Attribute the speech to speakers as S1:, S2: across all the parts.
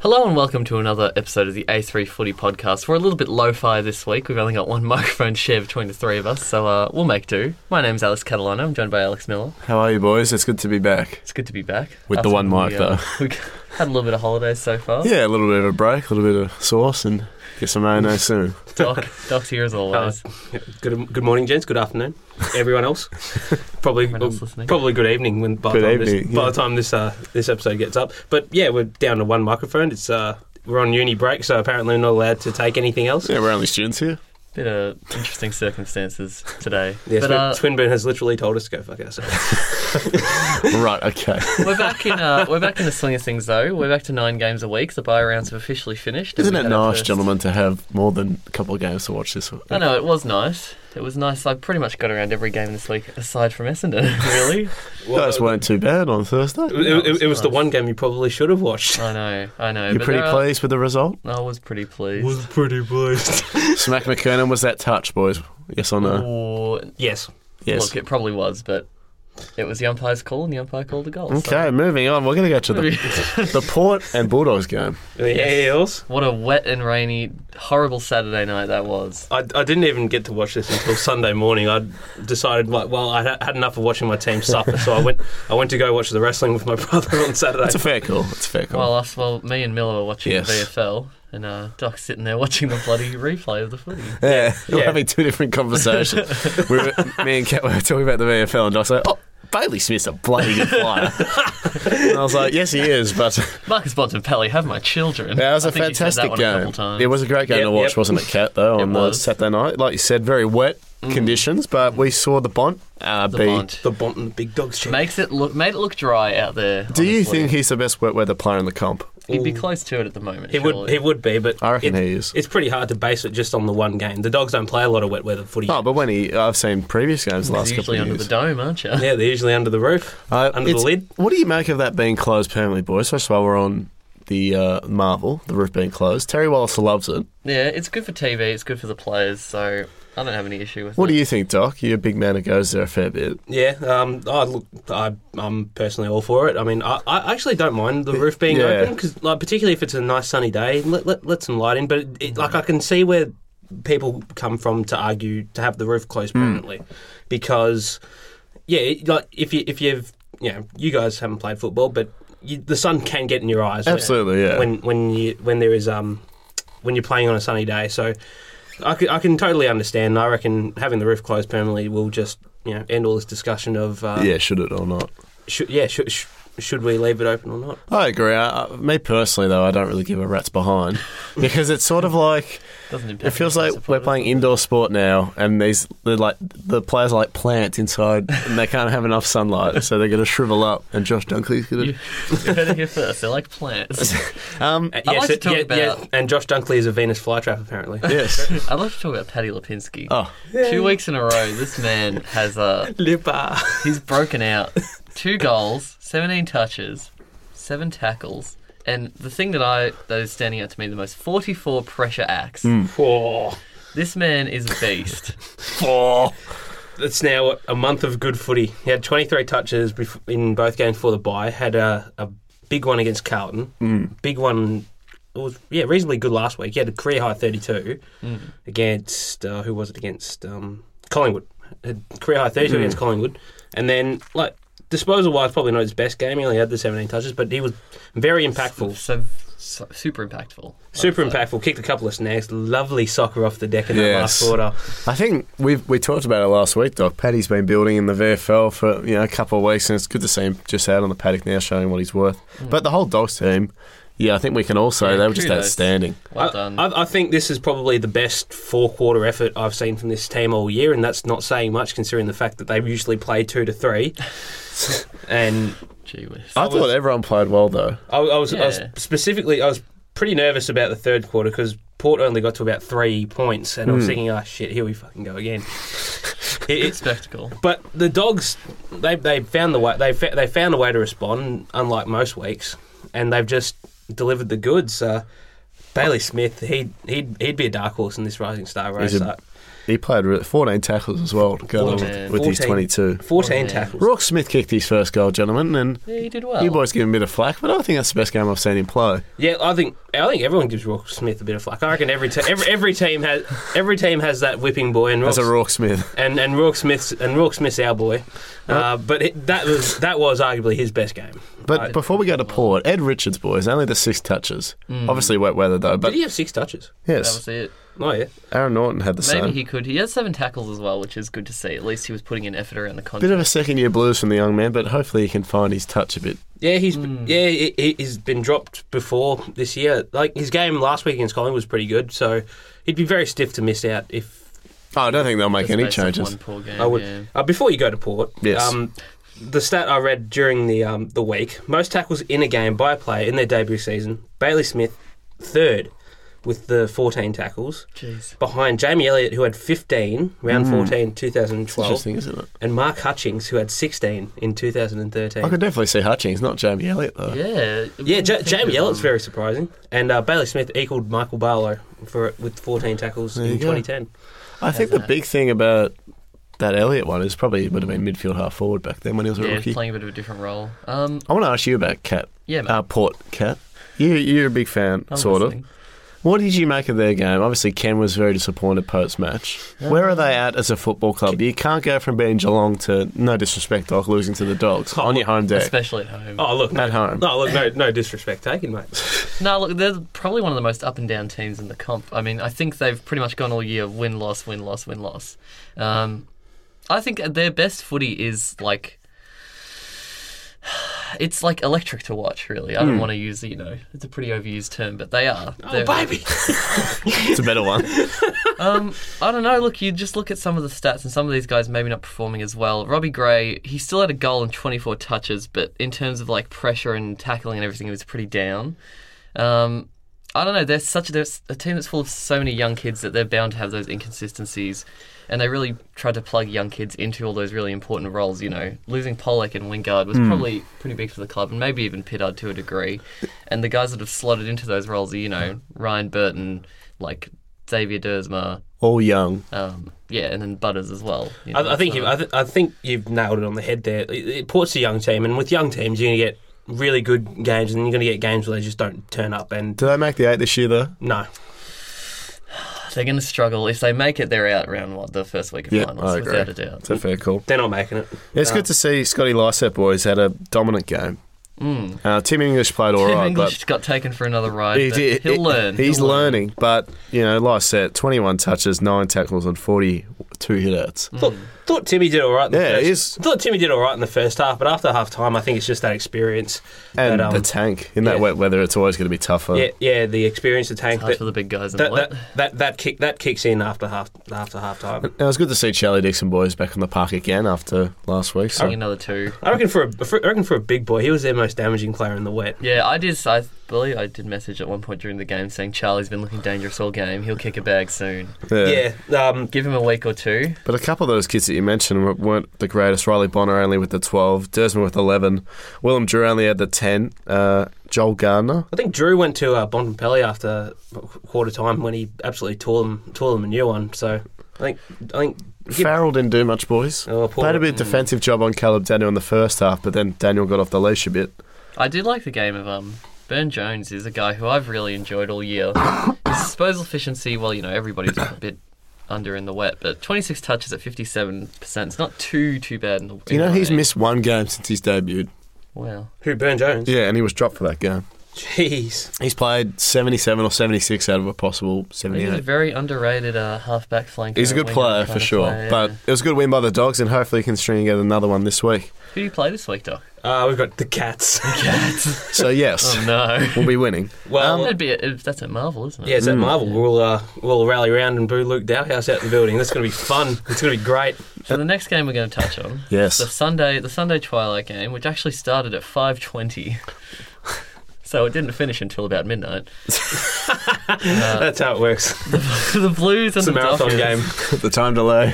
S1: Hello and welcome to another episode of the A340 podcast. We're a little bit lo fi this week. We've only got one microphone shared between the three of us, so uh, we'll make do. My name's Alex Catalano. I'm joined by Alex Miller.
S2: How are you, boys? It's good to be back.
S1: It's good to be back.
S3: With the one mic,
S1: we, uh, we had a little bit of holidays so far.
S2: Yeah, a little bit of a break, a little bit of sauce, and get some mayonnaise soon.
S1: Doc, Doc's here as always.
S3: Good, good morning, gents. Good afternoon, everyone else. Probably,
S1: Everyone else listening.
S3: probably good evening when by, the
S2: Good
S3: time, this,
S2: evening,
S3: by
S2: yeah.
S3: the time this uh, this episode gets up. But yeah, we're down to one microphone. It's uh, we're on uni break, so apparently we're not allowed to take anything else.
S2: Yeah, we're only students here.
S1: Bit of interesting circumstances today.
S3: Yes,
S1: but
S3: but,
S1: uh,
S3: Swinburne has literally told us to go fuck ourselves.
S2: right, okay.
S1: we're back in uh, we're back in the swing of things though. We're back to nine games a week. The buy rounds have officially finished. and
S2: Isn't
S1: we
S2: it
S1: had our
S2: nice,
S1: first-
S2: gentlemen, to have more than a couple of games to watch this week?
S1: I know it was nice. It was nice. I pretty much got around every game this week, aside from Essendon. Really,
S2: You guys weren't too bad on Thursday.
S3: uh, It, it- it was the one game you probably should have watched.
S1: I know, I know.
S2: You're
S1: but
S2: pretty
S1: there are-
S2: pleased with the result?
S1: I was pretty pleased.
S3: pretty pleased.
S2: Smack McKernan, was that touch, boys? Yes or no?
S1: Or-
S3: yes.
S2: Yes.
S1: Oh, Look, it probably was, but it was the umpire's call, and the umpire called a goal.
S2: Okay, moving on. We're going to go to the,
S1: So.
S2: the Port and Bulldogs game.
S3: Anything else?
S1: what a wet and rainy, horrible Saturday night that was.
S3: I, I didn't even get to watch this until Sunday morning. I decided, like, well, I ha- had enough of watching my team suffer, so I went. I went to go watch the wrestling with my brother on Saturday.
S2: It's a fair call. It's a fair call.
S1: Well, us, well, me and Miller were watching
S2: Oh. Yes.
S1: the VFL, and uh, Doc's sitting there watching the bloody replay of the footy.
S2: Yeah, we were
S3: Yeah.
S2: having two different conversations. we were, me and Kat were talking about the VFL, and I was like, "Oh, Bailey Smith's a bloody good flyer." and I was like, "Yes, he is." But
S1: Marcus Bontempelli, have my children.
S2: that was
S1: a
S2: a fantastic game. It was a great game
S3: Yep,
S2: to watch,
S3: yep.
S2: wasn't it, Kat? Though
S1: It
S2: on the
S1: was. Mm.
S2: Saturday night, like you said, very wet conditions, but we saw the Bont uh,
S1: the
S2: be.
S1: Bont.
S3: the Bont and the Big Dogs check.
S1: Makes it look made it look dry out there.
S2: Do you think he's the best wet weather player in the comp?
S1: he'd be close to it at the moment?
S3: He would. He would be, but
S2: I reckon
S3: it-
S2: he is.
S3: It's pretty hard to base it just on the one game. The Dogs don't play a lot of wet weather footy.
S2: Oh, but when he, I've seen previous games the
S1: He's
S2: last couple
S1: usually
S2: of
S1: under
S2: years.
S1: the dome, aren't you?
S3: Yeah, they're usually under the roof,
S2: Uh,
S3: under the
S2: it's-
S3: lid.
S2: What do you make of that being closed permanently, boys? That's why we're on the uh, Marvel, the roof being closed. Terry Wallace loves it.
S1: Yeah, it's good for TV. It's good for the players. So I don't have any issue with
S2: What
S1: it.
S2: do you think, Doc? You're a big man who goes there a fair bit.
S3: Yeah. Um. I look. I, I'm personally all for it. I mean, I, I actually don't mind the roof being
S2: Yeah.
S3: open 'cause open because, like, particularly if it's a nice sunny day, let let, let some light in. But it, it, like, I can see where people come from to argue to have the roof
S2: Hmm.
S3: closed permanently because, yeah, it- like if you if you've you know, you guys haven't played football, but you, the sun can get in your eyes. when-
S2: Absolutely, yeah.
S3: when when you when there is um when you're playing on a sunny day. So I can, I can totally understand. I reckon having the roof closed permanently will just you know end all this discussion of uh,
S2: yeah, should it or not?
S3: should, yeah should, sh- should we leave it open or not?
S2: I agree. I, I- me personally, though, I don't really give a rat's behind because it's sort of like
S1: Doesn't impact
S2: it feels
S1: my
S2: like we're
S1: supporters.
S2: playing indoor sport now, and these they're like the players are like plants inside, and they can't have enough sunlight, so they're going to shrivel up. And Josh Dunkley's going to.
S1: You you heard it here first. They're like plants.
S2: Um,
S3: Uh,
S1: I'd like to talk
S3: yeah,
S1: about-
S3: yeah, and Josh Dunkley is a Venus flytrap apparently.
S2: yes.
S1: I'd like to talk about Paddy Lipinski.
S2: Oh,
S1: Two weeks in a row, this man has uh,
S3: Lipper.
S1: he's broken out. Two goals, seventeen touches, seven tackles, and the thing that I that is standing out to me the most: forty-four pressure acts.
S2: Hmm.
S3: Oh,
S1: This man is a beast.
S2: oh.
S3: it's now a month of good footy. He had 23 touches bef- in both games before the bye. Had a, a big one against Carlton. Big one. It was yeah reasonably good last week. He had a career high 32 against uh, who was it against um, Collingwood. Had career high 32 against Collingwood, and then like disposal wise, probably not his best game. He only had the 17 touches, but he was very impactful.
S1: so, so super impactful.
S3: Super impactful. Kicked a couple of snags. Lovely soccer off the deck in that
S2: Yes.
S3: last quarter.
S2: I think we we talked about it last week, Doc. Paddy's been building in the VFL for you know a couple of weeks, and it's good to see him just out on the paddock now, showing what he's worth. But the whole Dogs team, yeah, I think we can all say
S1: Mm. Yeah,
S2: they were just
S1: kudos.
S2: outstanding.
S1: Well
S3: I,
S1: done.
S3: I, I think this is probably the best four-quarter effort I've seen from this team all year, and that's not saying much considering the fact that they usually play two to three. and
S1: Gee whiz.
S2: I, thought everyone played well though.
S3: I, I was, I was
S1: Yeah.
S3: specifically, I was pretty nervous about the third quarter because Port only got to about three points, and I
S1: Hmm.
S3: was thinking, oh shit, here we fucking go again. It- it's-
S1: spectacle.
S3: but the dogs, they they found the way they fa- they found a way to respond, unlike most weeks, and they've just delivered the goods. Uh, Bailey Smith, he'd he'd he'd be a dark horse in this Rising Star race.
S2: He's a-
S3: uh,
S2: He played really, 14 tackles as well, going
S1: man.
S2: on with his
S3: 14.
S2: 22.
S3: 14
S1: Yeah.
S3: tackles.
S2: Rourke Smith kicked his first goal, gentlemen, and
S1: Yeah, he did well.
S2: you boys give him a bit of flack, but I think that's the best game I've seen him play.
S3: Yeah, I think I think everyone gives Rock Smith a bit of flack. I reckon every te- every, every team has every team has that whipping boy and Rourke,
S2: As a Rourke Smith.
S3: and and Rourke Smith's and Rourke Smith's our boy. Uh, but it, that was that was arguably his best game.
S2: But
S3: I-
S2: before we go to Port, Ed Richards, boys, only the six touches. Obviously wet weather, though, but
S3: Did he have six touches?
S1: Mm. That
S2: yes,
S1: was it.
S3: Oh yeah.
S2: Aaron Norton had the
S1: Maybe
S2: same.
S1: he could. He had seven tackles as well, which is good to see. At least he was putting an effort around the
S2: Bit
S1: contest.
S2: of a second year blues from the young man, but hopefully he can find his touch a bit.
S3: Yeah, he's yeah he, he- he's been dropped before this year. Like his game last week against Collingwood was pretty good, so he'd be very stiff to miss out if
S2: Oh, I don't think they'll make any
S1: Based off
S2: changes.
S1: One poor game,
S3: I would.
S1: yeah.
S3: Uh, before you go to Port,
S2: Yes.
S3: um, the stat I read during the um, the week: most tackles in a game by a player in their debut season. Bailey Smith, third, with the 14 tackles,
S1: Jeez.
S3: behind Jamie Elliott, who had 15, round 14,
S2: It's
S3: 2012,
S2: Hmm. interesting, isn't it?
S3: and Mark Hutchings, who had 16 in 2013.
S2: I could definitely see Hutchings, not Jamie Elliott though.
S1: Yeah.
S3: Yeah,
S1: wouldn't
S3: J-
S1: think
S3: Jamie
S1: of,
S3: Elliott's
S1: um,
S3: very surprising, and uh, Bailey Smith equalled Michael Barlow for with 14 tackles
S2: There
S3: in
S2: you go.
S3: 2010.
S2: I think the
S1: that.
S2: big thing about that Elliott one is probably would have been midfield half forward back then when he was a
S1: Yeah,
S2: rookie.
S1: playing a bit of a different role. Um,
S2: I want to ask you about Cat
S1: yeah, mate,
S2: uh, Port Cat. You you're a big fan,
S1: I'm
S2: sort
S1: listening.
S2: of. What did you make of their game? Obviously, Ken was very disappointed post match. Where are they at as a football club? You can't go from being Geelong to no disrespect, Doc, losing to the Dogs
S1: Oh,
S2: on your home deck
S1: Especially at home.
S3: Oh look, no,
S2: at home.
S3: no look, no, no disrespect taken, mate.
S1: No, look, they're probably one of the most up and down teams in the comp. I mean, I think they've pretty much gone all year win loss win loss win loss. Um, I think their best footy is like it's like electric to watch. Really, I don't want to use the, you know it's a pretty overused term, but they are.
S3: Hmm. Oh
S1: They're-
S3: baby.
S2: It's a better one.
S1: um, I don't know. Look, you just look at some of the stats, and some of these guys maybe not performing as well. Robbie Gray, he still had a goal and 24 touches, but in terms of like pressure and tackling and everything, he was pretty down. Um, I don't know. They're such they're a team that's full of so many young kids that they're bound to have those inconsistencies, and they really tried to plug young kids into all those really important roles. You know, losing Pollock and Wingard was probably pretty big for the club, and maybe even Pittard to a degree. And the guys that have slotted into those roles are you know Ryan Burton, like Xavier Dersma,
S2: All young.
S1: um, yeah, and then Butters as well. you know,
S3: I, I think
S1: so-
S3: you, I, th- I think you've nailed it on the head there. It, it Port's a young team, and with young teams, you're going to get really good games, and you're going to get games where they just don't turn up. And
S2: Do they make the eight this year though?
S3: no,
S1: they're going to struggle if they make it. They're out round what the first week of
S2: Yeah,
S1: finals,
S2: I agree.
S1: without a doubt.
S2: It's a fair call.
S3: they're not making it.
S2: Yeah, it's good to see Scotty Lysett boys had a dominant game.
S1: Mm.
S2: Uh, Tim English played all
S1: Tim
S2: right,
S1: English got taken for another
S2: but
S1: ride.
S2: he
S1: but
S2: did.
S1: He'll
S2: he-
S1: learn.
S2: He's
S1: He'll learn.
S2: learning, but you know, Lysett, twenty-one touches, nine tackles, and forty-two hit-outs.
S3: Thought,
S1: Hmm.
S3: thought Timmy did all right. In the
S2: Yeah,
S3: first,
S2: it is.
S3: Thought Timmy did all right in the first half, but after half time, I think it's just that experience.
S2: And
S3: that, um,
S2: the tank in that
S3: yeah.
S2: wet weather, it's always going to be tougher.
S3: yeah, yeah, the experience, the tank.
S1: Hard
S3: That,
S1: for the big guys in
S3: that,
S1: white.
S3: that, that, that kick that kicks in after half after half time.
S2: Now, it's good to see Charlie Dixon boys back on the park again after last week. So.
S1: Sing another two.
S3: I reckon for a for, I reckon for a big boy, he was their most damaging player in the wet.
S1: Yeah, I did. I believe I did message at one point during the game saying Charlie's been looking dangerous all game. He'll kick a bag soon.
S3: Yeah, um,
S1: Give him a week or two.
S2: But a couple of those kids that you mentioned were- weren't the greatest. Riley Bonner only with the 12, Desmond with 11, Willem Drew only had the 10, uh, Joel Gardner.
S3: I think Drew went to uh, Bontempelli after quarter time when he absolutely tore them, tore them a new one. So I think I think give-
S2: Farrell didn't do much, boys.
S3: oh, poor-
S2: Played a bit of defensive job on Caleb Daniel in the first half, but then Daniel got off the leash a bit.
S1: I did like the game of um. Burn Jones is a guy who I've really enjoyed all year. His disposal efficiency, well, you know, everybody's a bit under in the wet, but 26 touches at 57%. It's not too, too bad. In the,
S2: You know,
S1: in the
S2: he's
S1: league.
S2: missed one game since he's debuted.
S1: Wow.
S3: who Burn Jones.
S2: Yeah, and he was dropped for that game.
S3: Jeez,
S2: He's played 77 or 76 out of a possible
S1: He's a
S2: 78.
S1: very underrated uh, halfback flanker.
S2: He's a good
S1: winger
S2: player
S1: kind
S2: for
S1: of
S2: sure,
S1: player,
S2: but
S1: yeah.
S2: it was a good win by the Dogs, and hopefully he can string together another one this week.
S1: who do you play this week, Doc?
S3: uh, we've got the cats.
S2: So, yes,
S1: Oh no, Um,
S2: we'll be winning.
S3: well,
S1: that'd be a, that's a marvel, isn't it?
S3: yeah, it's at Marvel. We'll uh, we'll rally around and boo Luke Dowhouse out the building. That's going to be fun. It's going to be great.
S1: So the next game we're going to touch on, the
S2: Yes.
S1: Sunday, the Sunday Twilight game, which actually started at five twenty. so it didn't finish until about midnight.
S3: That's how it works.
S1: the Blues and
S3: It's a
S1: the
S3: marathon
S1: Dockers.
S3: game.
S2: the time delay.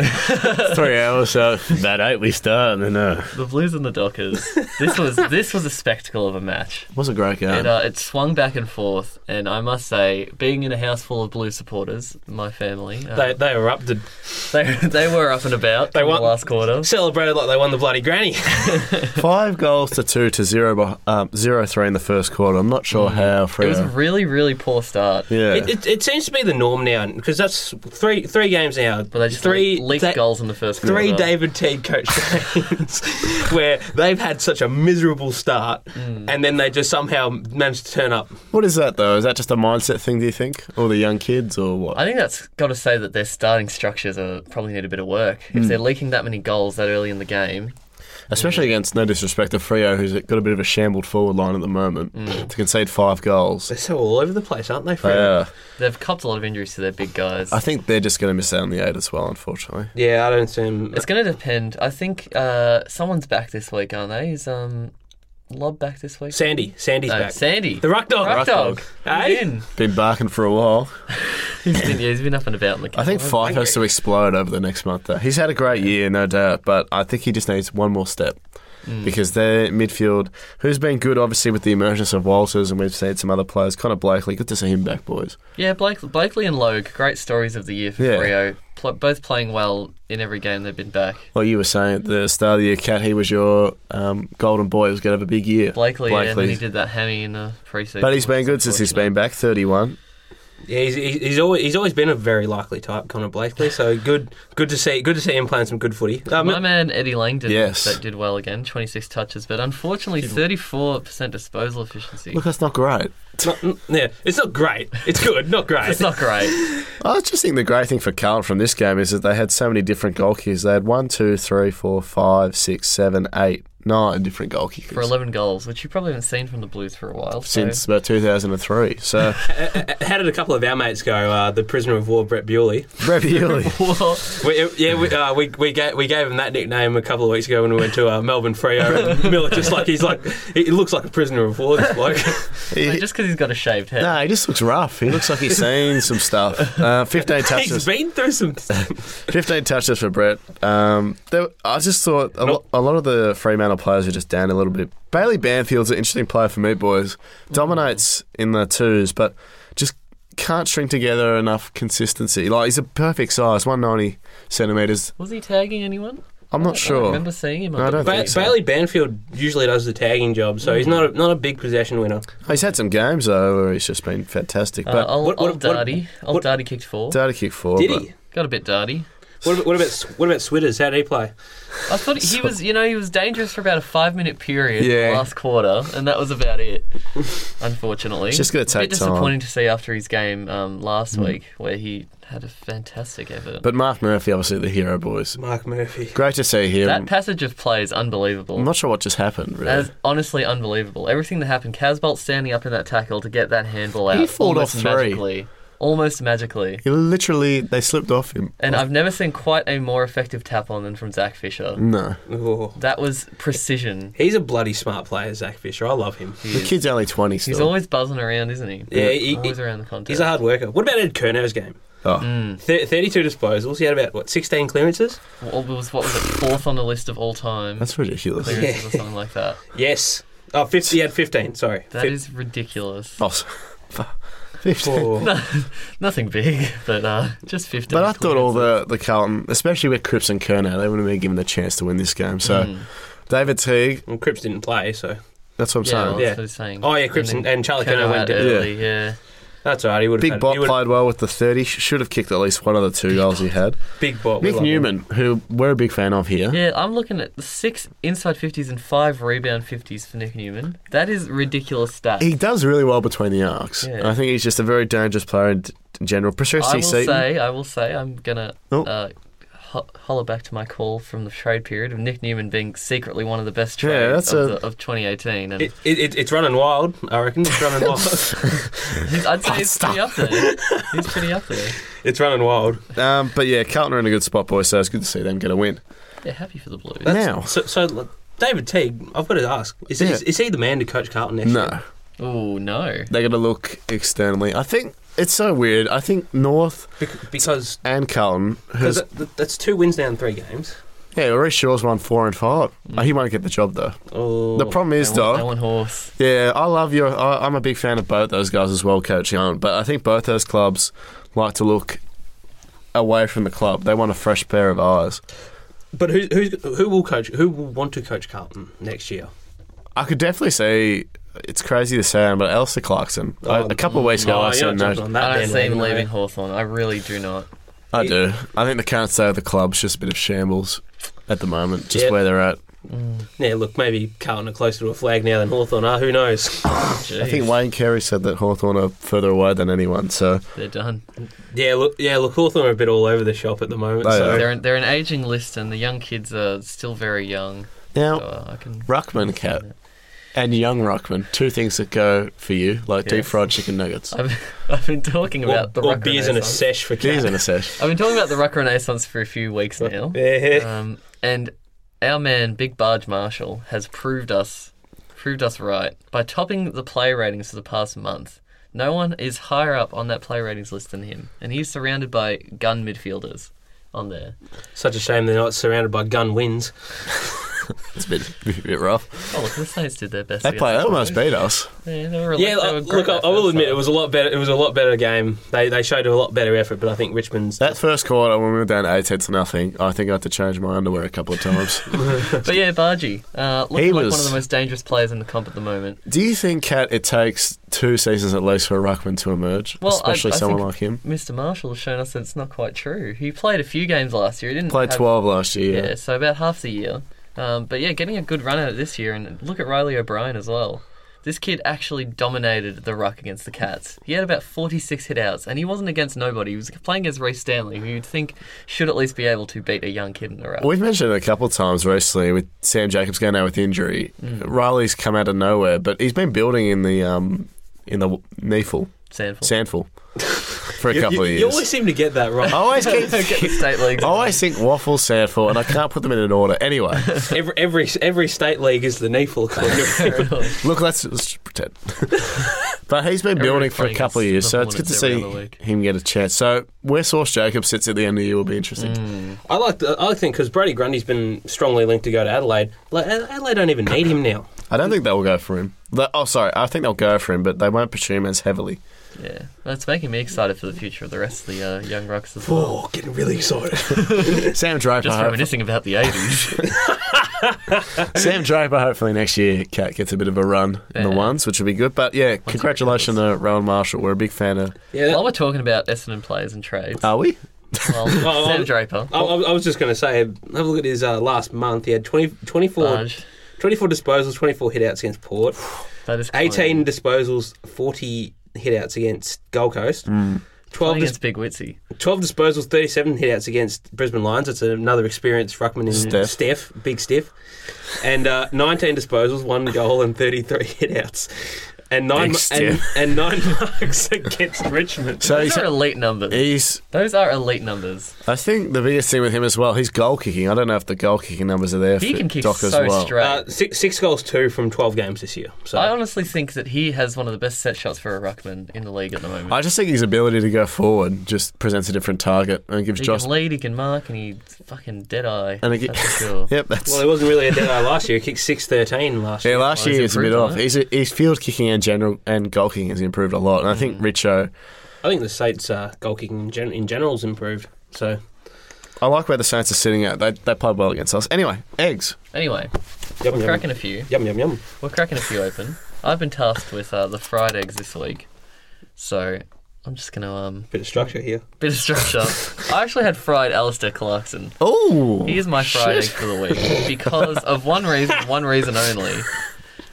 S2: Three hours, so about eight we start, and then uh,
S1: The Blues and the Dockers. This was this was a spectacle of a match.
S2: was a great game.
S1: It, uh, it swung back and forth, and I must say, being in a house full of Blues supporters, my family, uh,
S3: They, they erupted.
S1: they, they were up and about
S3: They
S1: in
S3: won-
S1: the last quarter.
S3: Celebrated like they won the bloody granny.
S2: Five goals to two to zero, beh- um, zero three in the first quarter. I'm not sure how.
S1: It
S2: Freo.
S1: was a really, really poor start.
S2: yeah,
S3: It, it, it seems to be the norm now because that's three three games now.
S1: But they just
S3: three
S1: like, leaked
S3: da-
S1: goals in the first quarter.
S3: Three David Teague coach games where they've had such a miserable start
S1: Mm.
S3: and then they just somehow managed to turn up.
S2: what is that though? Is that just a mindset thing? Do you think, or the young kids, or what?
S1: I think that's got to say that their starting structures are probably need a bit of work. If
S3: Hmm.
S1: they're leaking that many goals that early in the game,
S2: Especially against no disrespect to Frio, who's got a bit of a shambled forward line at the moment to concede five goals.
S3: They're so all over the place, aren't they? Fred?
S2: Yeah,
S1: they've copped a lot of injuries to their big guys.
S2: I think they're just going to miss out on the eight as well, unfortunately.
S3: yeah, I don't see 'em.
S1: It's going to depend. I think uh, someone's back this week, aren't they? Is um, Lob back this week?
S3: Sandy, Sandy's
S1: No,
S3: back.
S1: Sandy.
S3: the Ruck Dog.
S1: Ruck dog.
S3: Hey?
S1: He's in.
S2: Been barking for a while.
S1: He's been, yeah, he's been up and about in the
S2: I think
S1: camp.
S2: Fife has to explode over the next month. Though he's had a great year, no doubt, but I think he just needs one more step
S1: Mm.
S2: because their midfield, who's been good, obviously with the emergence of Walters, and we've seen some other players, kind of Blakely. Good to see him back, boys.
S1: Yeah, Blake, Blakely and Logue, great stories of the year for
S2: Yeah.
S1: Rio. Pl- both playing well in every game they've been back.
S2: Well, you were saying at the start of the year, Cat, he was your um, golden boy. He was going to have a big year.
S1: Blakely, and then he
S2: Blakely's-
S1: did that hammy in the preseason.
S2: But he's been good since he's been back, 31.
S3: Yeah, he's, he's, he's always he's always been a very likely type, Connor Blakely. So good, good to see good to see him playing some good footy. Um,
S1: My man Eddie Langdon
S2: Yes.
S1: that did well again, 26 touches, but unfortunately 34% disposal efficiency.
S2: Look, that's not great.
S3: not- n- yeah, it's not great. It's good, not great.
S1: It's not great.
S2: I just think the great thing for Carlton from this game is that they had so many different goal kickers. They had one, two, three, four, five, six, seven, eight, nine different goal kickers
S1: For 11 goals, which you probably haven't seen from the Blues for a while. so-
S2: since about 2003. So,
S3: How did a couple of our mates go? Uh, the prisoner of war, Brett Bewley.
S2: Brevioli.
S1: Well,
S3: We, yeah, we, uh, we, we, gave, we gave him that nickname a couple of weeks ago when we went to uh, Melbourne Freo. And Miller just like he's like he looks like a prisoner of war. This bloke.
S2: He,
S1: just because he's got a shaved head.
S2: no, he just looks rough. He looks like he's seen some stuff. Uh, 15
S3: he's
S2: touches.
S3: been through some.
S2: 15 touches for Brett. Um, there, I just thought a, lo- a lot of the Fremantle players are just down a little bit. Bailey Banfield's an interesting player for me, boys. Dominates in the twos, but just can't string together enough consistency. Like, he's a perfect size, 190 centimetres.
S1: Was he tagging anyone?
S2: I'm not
S1: I
S2: sure.
S1: remember seeing him.
S2: No, I don't
S3: Ba-
S2: think so.
S3: Bailey Banfield usually does the tagging job, so he's not a, not a big possession winner.
S2: He's had some games, though, where he's just been fantastic.
S1: Uh,
S2: But
S1: old,
S3: What- what-
S1: old
S3: what-
S1: Darty. Old
S3: what-
S1: Darty kicked four.
S2: data kick four.
S3: Did
S2: but-
S3: he?
S1: Got a bit Darty.
S3: What about, what about what about Switters? How did he play?
S1: I thought he was, you know, he was dangerous for about a five minute period
S2: Yeah.
S1: last quarter, and that was about it. Unfortunately,
S2: It's just gonna
S1: a
S2: take
S1: bit
S2: time. Mm.
S1: disappointing to see after his game um, last week, where he had a fantastic effort.
S2: But Mark Murphy, obviously, the hero, boys.
S3: Mark Murphy.
S2: Great to see him.
S1: that passage of play is unbelievable.
S2: I'm not sure what just happened, really.
S1: That's honestly unbelievable. Everything that happened, Casbolt standing up in that tackle to get that handball out,
S2: He fought
S1: almost
S2: off three.
S1: magically, almost magically.
S2: he literally, they slipped off him.
S1: And uh, I've never seen quite a more effective tap on than from Zach Fisher.
S2: No.
S3: Oh,
S1: That was precision.
S3: he's a bloody smart player, Zach Fisher. I love him.
S2: The kid's only 20 still.
S1: He's always buzzing around, isn't he?
S3: Yeah, he-
S1: always
S3: he-
S1: around the contest. Mm.
S3: He's a hard worker. What about Ed Kurnow's game?
S2: Oh.
S3: Thir- Thirty-two disposals. He had about what sixteen clearances.
S1: What was what was it fourth on the list of all time
S2: That's ridiculous.
S1: clearances or something like that?
S3: Yes. Oh, 50, he had fifteen. Sorry.
S1: That is ridiculous.
S2: Oh, so- Fifteen.
S3: Oh.
S1: Nothing big, but uh, just fifty.
S2: But I thought all the, the Carlton, especially with Cripps and Kernow, they wouldn't have been given the chance to win this game. So,
S1: Mm.
S2: David Teague,
S3: Well, Cripps didn't play, so.
S2: that's what I'm
S1: yeah, well,
S2: saying.
S1: that's
S3: Yeah.
S1: what he's saying.
S3: Oh, yeah, Cripps and,
S1: then
S3: and Charlie
S1: Kerner
S3: Kerner went
S1: out
S3: down.
S2: down.
S1: early. Yeah.
S3: That's all right. He would have
S2: Big Bot played well with the 30. Sh- Should have kicked at least one of the two goals he had.
S3: Big Bot. we
S2: Mick
S3: love him.
S2: Newman, who we're a big fan of here.
S1: yeah, I'm looking at the six inside fifties and five rebound fifties for Nick Newman. That is ridiculous stats.
S2: He does really well between the arcs.
S1: Yeah.
S2: And I think he's just a very dangerous player in, d- in general. Patrice
S1: I will
S2: Seaton.
S1: say, I will say, I'm gonna
S2: Oh.
S1: uh, ho- holler back to my call from the trade period of Nick Newman being secretly one of the best
S2: Yeah,
S1: trades
S2: that's
S1: of,
S2: a-
S1: the, of 2018, and
S3: It, it, it, it's running wild, I reckon. It's running wild.
S1: he's, I'd say he's pretty up there. He's pretty up there.
S3: it's running wild.
S2: Um, but yeah, Carlton are in a good spot, boys, so it's good to see them get a win.
S1: Yeah, happy for the Blues.
S2: Now,
S3: So, so look, David Teague, I've got to ask, is,
S2: Oh. Yeah.
S3: is, is he the man to coach Carlton next year?
S2: no.
S1: Oh no.
S2: They're going to look externally. I think it's so weird. I think North
S3: Bec- because
S2: and Carlton,
S3: because
S2: who's
S3: th- th- that's two wins down three games.
S2: yeah, Reece Shaw's won four and five.
S3: Mm.
S2: Uh, He won't get the job though.
S3: Oh,
S2: The problem is
S1: They want, they
S2: though,
S1: want horse.
S2: yeah, I love your. I, I'm a big fan of both those guys as well, Coach Young. But I think both those clubs like to look away from the club. They want a fresh pair of eyes.
S3: But who who who will coach? Who will want to coach Carlton next year?
S2: I could definitely say it's crazy to say, but Elsa Clarkson. I-
S3: Oh,
S2: a couple of weeks ago,
S3: Oh,
S2: I
S3: you're
S2: said
S3: not
S2: no.
S3: jumping on that
S1: I don't see him
S3: bandwagon, are
S1: leaving
S3: you?
S1: Hawthorn. I really do not.
S2: I do. I think the current state of the club's just a bit of shambles at the moment, just
S3: Yeah.
S2: where they're at.
S3: Yeah, look, maybe Carlton are closer to a flag now than Hawthorn are. Who knows?
S1: Jeez,
S2: I think Wayne Carey said that Hawthorn are further away than anyone, so
S1: they're done.
S3: Yeah, look, yeah, look, Hawthorn are a bit all over the shop at the moment.
S2: They
S3: so
S2: are.
S1: They're an, they're an aging list, and the young kids are still very young. So
S2: now
S1: uh, I can.
S2: Ruckman cat and young Ruckman, two things that go for you, like deep
S1: Yes.
S2: fried chicken nuggets.
S1: I've, I've been talking
S3: or,
S1: about the
S3: or
S1: ruck
S3: beers in a
S1: renaissance.
S3: sesh for
S2: Jeez,
S3: kids.
S2: in a sesh.
S1: I've been talking about the ruck renaissance for a few weeks now,
S3: Yeah.
S1: um, and our man Big Barge Marshall has proved us proved us right by topping the play ratings for the past month. No one is higher up on that play ratings list than him, and he's surrounded by gun midfielders on there.
S3: Such a shame they're not surrounded by gun wins.
S2: It's a bit, a bit rough.
S1: Oh, look, the Saints did their best.
S2: They
S1: against
S2: play
S1: us.
S2: almost beat us.
S1: Yeah, they were,
S3: Yeah, uh,
S1: they were
S3: look,
S1: great
S3: look, I,
S1: that
S3: I will
S1: first
S3: admit it
S1: half.
S3: was a lot better. It was a lot better game. They they showed a lot better effort, but I think Richmond's
S2: That first quarter when we were down eighteen to nothing, I think I had to change my underwear a couple of times.
S1: But yeah, Bargy, uh, looking
S2: He
S1: like
S2: was-
S1: one of the most dangerous players in the comp at the moment.
S2: Do you think, Kat, it takes two seasons at least for a ruckman to emerge,
S1: Well, I-
S2: especially
S1: I
S2: someone
S1: think-
S2: like him?
S1: Mr. Marshall has shown us that it's not quite true. He played a few games last year. He didn't
S2: Played
S1: have-
S2: twelve last
S1: Yeah.
S2: year.
S1: so about half the year. Um, but yeah, getting a good run at it this year, and look at Riley O'Brien as well. This kid actually dominated the ruck against the Cats. He had about 46 hit outs, and he wasn't against nobody. He was playing against Ray Stanley, who you'd think should at least be able to beat a young kid in the ruck.
S2: We've mentioned it a couple of times recently with Sam Jacobs going out with injury.
S1: Mm.
S2: Riley's come out of nowhere, but he's been building in the um, in the Neefel,
S1: Sandford.
S2: Sandful for a
S3: You-
S2: couple
S3: you,
S2: of years.
S3: you always seem to get that
S2: I
S3: wrong.
S2: always keep
S1: Get the state leagues.
S2: Oh, I always think waffle Sandful, and I can't put them in an order. Anyway,
S3: every, every every state league is the Neefel.
S1: Fair enough.
S2: look, let's, let's just pretend. but he's been building
S1: Everybody's
S2: for a
S1: playing
S2: couple of
S1: against
S2: years,
S1: the
S2: so it's good to
S1: Hornets
S2: see
S1: every other week.
S2: him get a chance. So where Source Jacobs sits at the end of the year will be interesting.
S1: Mm.
S3: I like the, I like think because Brady Grundy's been strongly linked to go to Adelaide. Like Ad- Adelaide don't even need him now.
S2: I don't think they'll go for him. They- oh, sorry, I think they'll go for him, but they won't pursue him as heavily.
S1: Yeah, that's making me excited for the future of the rest of the uh, young rucks as well.
S3: Oh, getting really excited.
S2: Sam Draper,
S1: Just
S2: hope-
S1: reminiscing about the eighties.
S2: Sam Draper, hopefully next year, Cat gets a bit of a run in the
S1: Yeah.
S2: ones, which would be good. But yeah, congratulations to Rowan Marshall. We're a big fan of.
S3: Yeah,
S1: While we're talking about Essendon players and trades,
S2: Are we?
S1: well,
S3: Oh,
S1: Sam
S3: oh,
S1: Draper,
S3: I, I I was just going to say, have a look at his uh, last month. He had 20, 24,
S1: Barge,
S3: 24 disposals, 24 hitouts against Port,
S1: that is
S3: 18
S1: clean.
S3: disposals, 40 hitouts against Gold Coast,
S2: Mm.
S3: 12,
S1: Playing
S3: dis-
S1: against Big Witsy.
S3: 12 disposals, 37 hitouts against Brisbane Lions. It's another experienced ruckman in
S2: Steph.
S3: Steph, big Steph. And uh, 19 disposals, one goal, and 33 hitouts. And nine,
S2: Big
S3: and,
S2: Steph.
S3: and nine marks against Richmond.
S2: So
S1: Those
S2: he's,
S1: are elite numbers.
S2: he's.
S1: Those are elite numbers.
S2: I think the biggest thing with him as well, he's goal kicking. I don't know if the goal kicking numbers are there
S1: He
S2: for
S1: can kick
S2: Doc
S1: so
S2: as well.
S1: straight.
S3: Uh, six, six goals, two from 12 games this year. So
S1: I honestly think that he has one of the best set shots for a ruckman in the league at the moment.
S2: I just think his ability to go forward just presents a different target and gives
S1: he
S2: Josh.
S1: can lead, he can mark, and he fucking dead eye.
S2: And he-
S1: that's for sure.
S2: Yep, that's.
S3: Well, he wasn't really a dead eye last year. He kicked six thirteen last
S2: yeah,
S3: year.
S2: last
S1: well,
S2: year he
S1: he's
S2: was a bit
S1: improved on
S2: off.
S1: it.
S2: He's, his field kicking and general and goal kicking has improved a lot, and I
S1: Mm.
S2: think Richo.
S3: I think the state's uh, goal kicking in, gen- in general's improved. So
S2: I like where the Saints are sitting at. They they played well against us. Anyway, eggs.
S1: Anyway,
S3: yum
S1: we're
S3: yum,
S1: cracking a few.
S3: yum yum yum.
S1: We're cracking a few open. I've been tasked with uh, the fried eggs this week, so I'm just gonna um
S3: Bit of structure here.
S1: bit of structure. I actually had fried Alistair Clarkson.
S2: Oh,
S1: He is my fried egg
S2: shit.
S1: for the week because of one reason, one reason only,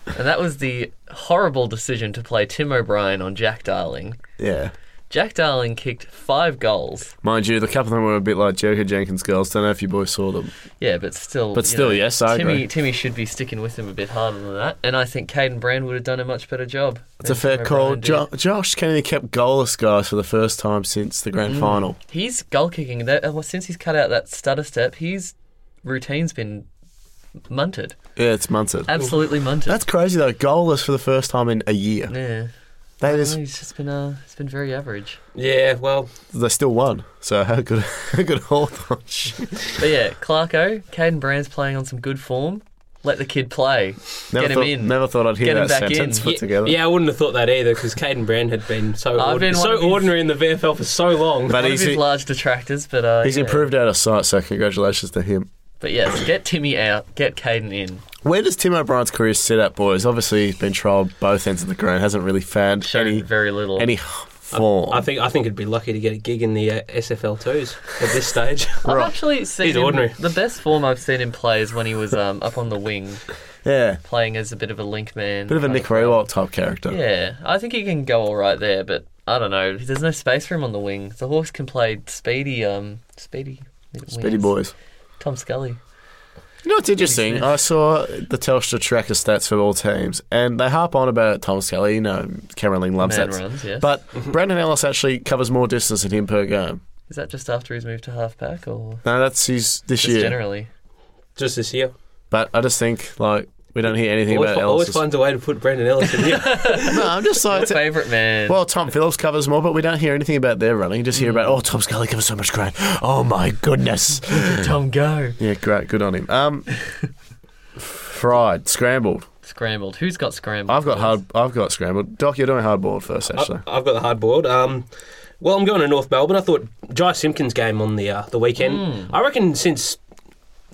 S1: and that was the horrible decision to play Tim O'Brien on Jack Darling.
S2: Yeah.
S1: Jack Darling kicked five goals.
S2: Mind you, the couple of them were a bit like Joker Jenkins girls. Don't know if you boys saw them.
S1: Yeah, but still.
S2: But
S1: you
S2: still, yes, I
S1: Timmy,
S2: agree.
S1: Timmy should be sticking with him a bit harder than that, and I think Caden Brand would have done a much better job.
S2: It's a
S1: than
S2: fair
S1: Tim
S2: call.
S1: O'Brien did.
S2: Jo- Josh Kennedy kept goalless, guys, for the first time since the
S1: Mm.
S2: grand final.
S1: He's goal kicking. That, uh, well, since he's cut out that stutter step, his routine's been munted.
S2: Yeah, it's Munson.
S1: Absolutely munted.
S2: That's crazy though. Goalless for the first time in a year.
S1: yeah.
S2: That
S1: No,
S2: is,
S1: he's just been uh, it's been very average.
S3: Yeah, well,
S2: they still won. So how good, how good Hawthorn.
S1: But yeah, Clarko, Caden Brand's playing on some good form. Let the kid play.
S2: Never
S1: Get him
S2: thought,
S1: in.
S2: Never thought I'd hear
S1: Get him
S2: that
S1: back in.
S2: sentence put
S3: yeah,
S2: together.
S3: yeah, I wouldn't have thought that either because Caden Brand had been so
S1: I've
S3: ord-
S1: been one
S3: so
S1: of his-
S3: ordinary in the VFL for so long.
S2: But
S1: One of
S2: he's,
S1: his large detractors, but uh,
S2: he's
S1: yeah.
S2: improved out of sight, so congratulations to him.
S1: But yes, get Timmy out, get Caden in.
S2: Where does Tim O'Brien's career sit at, boys? Obviously, he's been trialled both ends of the ground, hasn't really found
S1: Shown
S2: any,
S1: very little.
S2: any form.
S3: I think I think it'd be lucky to get a gig in the uh, SFL twos at this stage.
S1: I've actually seen
S3: He's
S1: him-
S3: ordinary.
S1: the best form I've seen him play is when he was um, up on the wing,
S2: yeah,
S1: playing as a bit of a link man,
S2: bit of a
S1: kind
S2: Nick
S1: player.
S2: Rewalt type character.
S1: uh, Yeah, I think he can go all right there, but I don't know. There's no space for him on the wing. The Hawks can play speedy, um, speedy, wings.
S2: Speedy boys.
S1: Tom Scully.
S2: You know what's interesting? I saw the Telstra tracker stats for all teams, and they harp on about Tom Scully. You know, Cameron Ling loves
S1: Man
S2: that.
S1: runs, yes.
S2: But Brandon Ellis actually covers more distance than him per game.
S1: Is that just after he's moved to halfback or
S2: No, that's his this
S1: just
S2: year.
S1: generally?
S3: Just this year,
S2: But I just think like we don't hear anything
S3: always,
S2: about
S3: always
S2: Ellis.
S3: finds a way to put Brandon Ellis in here.
S2: No, I'm just like.
S1: Favorite man.
S2: Well, Tom Phillips covers more, but we don't hear anything about their running. You just
S1: Mm.
S2: hear about, oh, Tom Scully covers so much ground. Oh, my goodness.
S1: Tom go.
S2: yeah, great. Good on him. Um, fried, scrambled.
S1: Scrambled. Who's got scrambled?
S2: I've got
S1: boys?
S2: hard. I've got scrambled. Doc, you're doing hardboard first, actually.
S3: Uh, I- I've got the hard boiled. Um, well, I'm going to North Melbourne. I thought Jai Simpkins' game on the uh, the weekend. I reckon since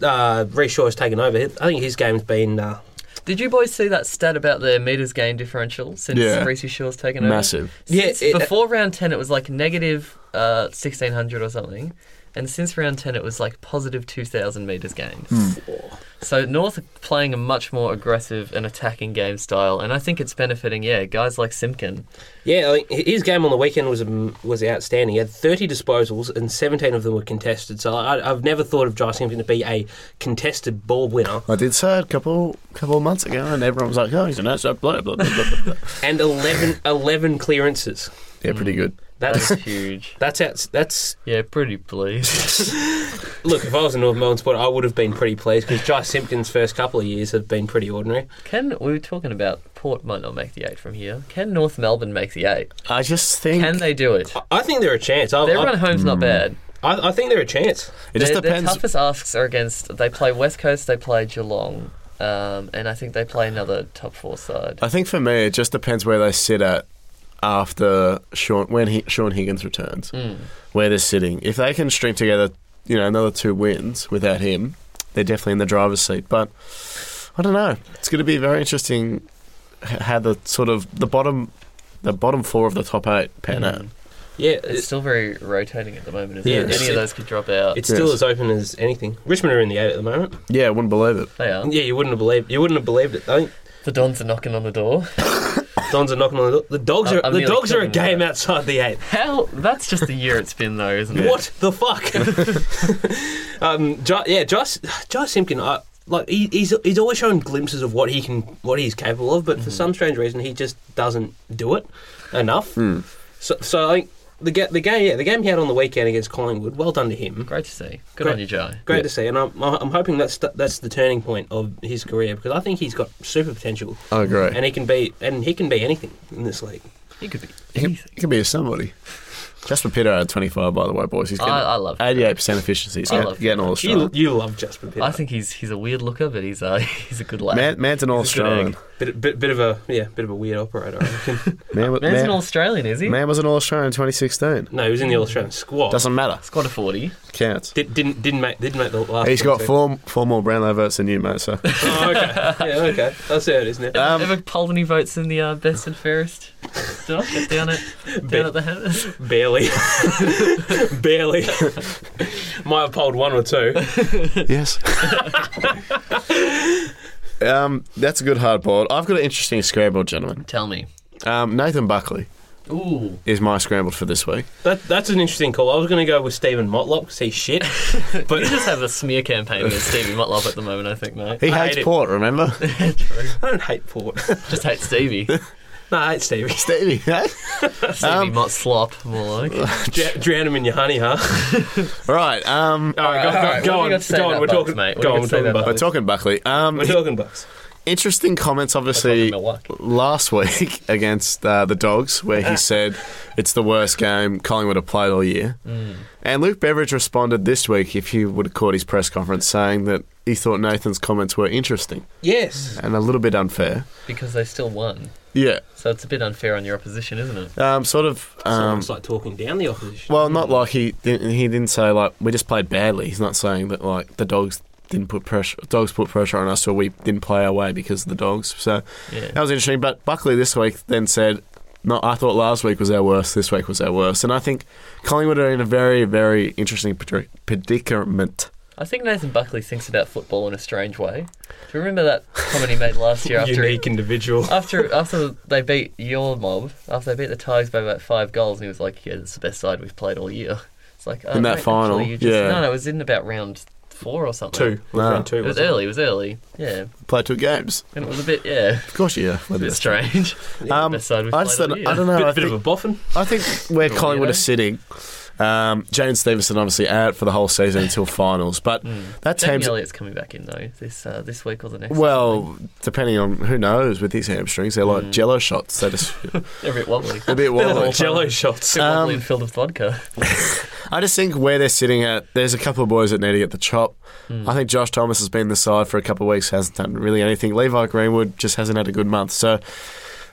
S3: uh, Reece Shaw's taken over, I think his game's been uh,
S1: Did you boys see that stat about the meters gain differential since
S2: Yeah.
S1: yeah. Reese Shaw's taken over?
S2: Massive.
S1: Since
S3: Yeah, it-
S1: before round ten, it was like negative uh, sixteen hundred or something, and since round ten, it was like positive two thousand meters gained.
S2: Mm.
S1: So North are playing a much more aggressive and attacking game style, and I think it's benefiting yeah guys like Simkin.
S3: Yeah, I think his game on the weekend was um, was outstanding. He had 30 disposals and 17 of them were contested. So I, I've never thought of Jai Simpkins to be a contested ball winner.
S2: I did say it a couple couple of months ago, and everyone was like, "Oh, he's an outside player." Blah, blah, blah, blah, blah.
S3: And 11, 11 clearances.
S2: yeah, pretty good.
S1: That's
S3: That's
S1: huge.
S3: that's out, that's
S1: Yeah, pretty pleased.
S3: look. If I was a North Melbourne supporter, I would have been pretty pleased because Jai Simpkins' first couple of years have been pretty ordinary.
S1: Can we were talking about Port might not make the eight from here? Can North Melbourne make the eight?
S2: I just think
S1: Can they do it?
S3: I, I think they're a chance. I,
S1: Their
S3: I,
S1: run home's not bad.
S3: I, I think they're a chance.
S2: Hmm. it just
S1: their,
S2: depends.
S1: Their toughest asks are against. They play West Coast. They play Geelong, um, and I think they play another top four side.
S2: I think for me, it just depends where they sit at after Sean when he, Sean Higgins returns,
S1: Hmm.
S2: where they're sitting. If they can string together, you know, another two wins without him, they're definitely in the driver's seat. But I don't know. It's going to be very interesting h- how the sort of the bottom. The bottom four of the top eight pan
S1: Hmm.
S2: out.
S3: Yeah,
S1: It's
S3: it's,
S1: still very rotating at the moment. Isn't
S3: Yeah,
S1: it?
S3: it's-
S1: any of those could drop out.
S3: it's still
S2: Yes.
S3: as open as anything. Richmond are in the eight at the moment.
S2: Yeah, I wouldn't believe it.
S1: They are.
S3: Yeah, you wouldn't have believed. You wouldn't have believed it. I think
S1: The Dons are knocking on the door.
S3: Dons are knocking on the door. The dogs
S1: I-
S3: are
S1: I'm
S3: the
S1: nearly
S3: dogs are a
S1: killing them.
S3: game outside the eight.
S1: How? That's just the year it's been, though, isn't it?
S3: What the fuck? um, J- yeah, Josh Josh Simpkin. I, like he, he's he's always shown glimpses of what he can what he's capable of, but
S1: Mm-hmm.
S3: for some strange reason he just doesn't do it enough. So so I think the ga- the game yeah the game he had on the weekend against Collingwood. Well done to him.
S1: Great to see. Good
S3: Great.
S1: on you, Jai.
S3: Great to see, and I'm, I'm hoping that's the, that's the turning point of his career because I think he's got super potential,
S2: I agree.
S3: and he can be and he can be anything in this league.
S1: He could be
S2: He could,
S1: anything.
S2: he could be a somebody. Jasper Pitter had 25, by the way, boys. He's
S1: I-
S2: getting
S1: I love Pitter.
S2: 88% efficiency. He's
S1: I
S2: get-
S1: love
S2: getting all
S3: You,
S2: Australian.
S3: you love Jasper Pitt.
S1: I think he's he's a weird looker, but he's uh, he's a good lad.
S2: Man, man's an all
S1: a good
S2: Australian.
S1: egg.
S3: Bit, bit, bit of a yeah, bit of a weird operator. I reckon.
S2: Man, wa-
S1: Man's
S2: man,
S1: an Australian, is he?
S2: man was an all Australian in 2016.
S3: no, he was in the Australian squad.
S2: Doesn't matter.
S1: Squad of forty.
S2: Counts.
S3: Did, didn't didn't make didn't make the last.
S2: He's
S3: one,
S2: got
S3: so-
S2: four, four more Brownlow votes than you, mate. So
S3: Oh, okay, yeah, okay. That's how it is now.
S2: Um,
S1: Ever polled any votes in the uh, best and fairest? Doc, get down at down at the house.
S3: Barely, barely. Might have polled one or two.
S2: yes. um, that's a good hard board. I've got an interesting scramble, gentlemen.
S1: Tell me.
S2: Um, Nathan Buckley
S1: Ooh.
S2: is my scrambled for this week.
S3: That, that's an interesting call. I was going to go with Stephen Motlop because he's shit.
S1: You just have a smear campaign with Stevie Motlop at the moment, I think, mate.
S2: He
S3: I hate
S2: hates
S3: it.
S2: Port, remember?
S3: I don't hate Port.
S1: Just hate Stevie.
S3: No, I hate Stevie.
S2: Stevie, eh?
S1: Stevie Mott slop, more like.
S3: Dr- drown him in your honey, huh?
S2: All right. Um,
S3: All right,
S1: right,
S3: go, go, go
S1: what have you
S3: on.
S1: got to say
S3: Go on.
S1: about
S3: We're
S1: Bucks,
S3: talking,
S1: mate? What
S3: Go
S1: have you
S3: on.
S1: got
S3: We're
S1: to say
S3: talking
S1: about
S2: we're
S3: Bucks.
S2: talking Buckley. Um,
S3: We're talking Bucks.
S2: interesting comments, obviously,
S1: Milwaukee.
S2: last week against uh, the Dogs, where he said it's the worst game Collingwood have played all year.
S1: Mm.
S2: And Luke Beveridge responded this week, if you would have caught his press conference, saying that he thought Nathan's comments were interesting
S3: Yes.
S2: and a little bit unfair.
S1: Because they still won.
S2: Yeah,
S1: So it's a bit unfair on your opposition, isn't it?
S2: um, sort of.
S3: so
S2: Um,
S3: it's like talking down the opposition.
S2: well, not like he didn't, he didn't say like we just played badly. He's not saying that like the Dogs didn't put pressure. Dogs put pressure on us, or we didn't play our way because of the Dogs. So
S1: Yeah.
S2: That was interesting. But Buckley this week then said, "No, I thought last week was our worst. This week was our worst." And I think Collingwood are in a very, very interesting predic- predicament.
S1: I think Nathan Buckley thinks about football in a strange way. Do you remember that comment he made last year after he,
S3: Unique individual.
S1: after after they beat your mob, after they beat the Tigers by about five goals, and he was like, "Yeah, it's the best side we've played all year." It's like oh,
S2: In that
S1: mate,
S2: final,
S1: actually, you just-
S2: yeah.
S1: No, no, it was in about round four or something.
S3: Two.
S2: Nah.
S3: Round two.
S1: It was
S3: wasn't
S1: early. It was early. Yeah,
S2: Play two games,
S1: and it was a bit yeah,
S2: of course. Yeah,
S1: a bit strange.
S2: Um,
S1: best side we've
S2: I just
S1: played all
S2: don't,
S1: year.
S2: I don't know.
S3: Bit,
S2: I
S3: bit of
S2: think,
S3: a boffin.
S2: I think where
S1: Bit of a
S2: Collingwood
S1: weirdo.
S2: is sitting. Um, Jaden Stevenson obviously out for the whole season until finals, but that
S1: Jamie
S2: team's
S1: Elliott's coming back in though this uh, this week or the next.
S2: well, depending on who knows with his hamstrings, they're like jello shots. They just
S1: they're a bit wobbly.
S2: a bit
S3: Bit of
S2: wobbly.
S3: jello shots.
S1: They're wobbly
S2: Um,
S1: and filled with vodka.
S2: I just think where they're sitting at, there's a couple of boys that need to get the chop. I think Josh Thomas has been the side for a couple of weeks, hasn't done really anything. Levi Greenwood just hasn't had a good month. So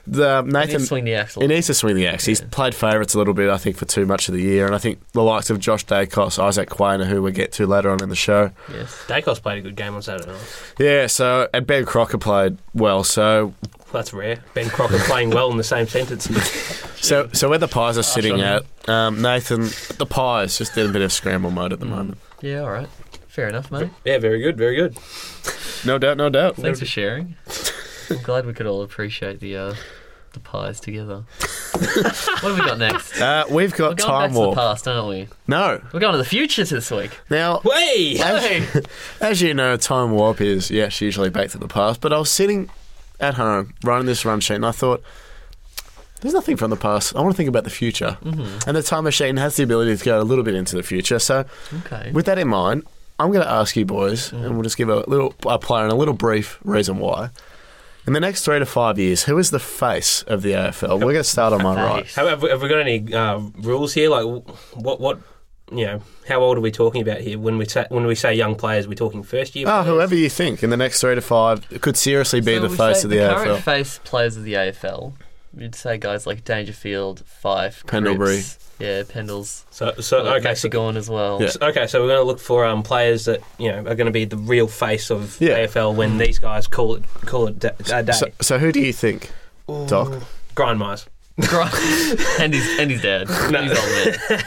S2: the
S1: They
S2: Nathan.
S1: swing the axle.
S2: He needs to swing the axe. He's played favourites a little bit, I think, for too much of the year. And I think the likes of Josh Dacos, Isaac Quainer, who we'll get to later on in the show.
S1: yes.
S3: Dacos played a good game on Saturday night.
S2: Yeah, so, and Ben Crocker played well. So,
S3: That's rare. Ben Crocker playing well in the same sentence.
S2: so, so where the Pies are sitting
S1: on
S2: at, um, Nathan, the Pies just in a bit of scramble mode
S1: Hmm.
S2: at the moment.
S1: Yeah. All right. Fair enough, mate.
S3: yeah, very good, very good.
S2: No doubt, no doubt.
S1: Thanks for sharing. I'm glad we could all appreciate the uh, the pies together. what have we got next?
S2: Uh, we've
S1: We're going
S2: got Time
S1: back to the
S2: Warp.
S1: past, aren't we?
S2: No.
S1: We're going to the future this week.
S2: Now,
S3: Way!
S2: as, as you know, Time Warp is, yes, usually back to the past, but I was sitting at home running this run sheet and I thought, there's nothing from the past. I want to think about the future.
S1: Mm-hmm.
S2: And the time machine has the ability to go a little bit into the future. So,
S1: Okay. Mm-hmm.
S2: with that in mind, I'm going to ask you boys, and we'll just give a little a player and a little brief reason why. In the next three to five years, who is the face of the AFL? We're going to start on my right.
S1: Face.
S3: How, have, we, have we got any uh, rules here? Like, wh- what, what, you know, how old are we talking about here? When we ta- when we say young players, we're talking first year.
S2: Oh,
S3: players?
S2: whoever you think in the next three to five it could seriously be
S1: So
S2: the
S1: we
S2: face
S1: say
S2: of the,
S1: current
S2: AFL.
S1: face players of the AFL. You'd say guys like Dangerfield, Fife,
S2: Pendlebury. Uh,
S1: Cripps, yeah, Pendles.
S3: So, so
S1: like
S3: okay, so,
S1: Maxigon as well.
S2: Yeah.
S3: okay, so we're going to look for um, players that you know are going to be the real face of
S2: Yeah. Mm.
S3: AFL when these guys call it call it da- a day.
S2: So, so who do you think, Doc?
S3: Grind Myers.
S1: Gr- and his and his dad.
S3: No.
S1: He's old man.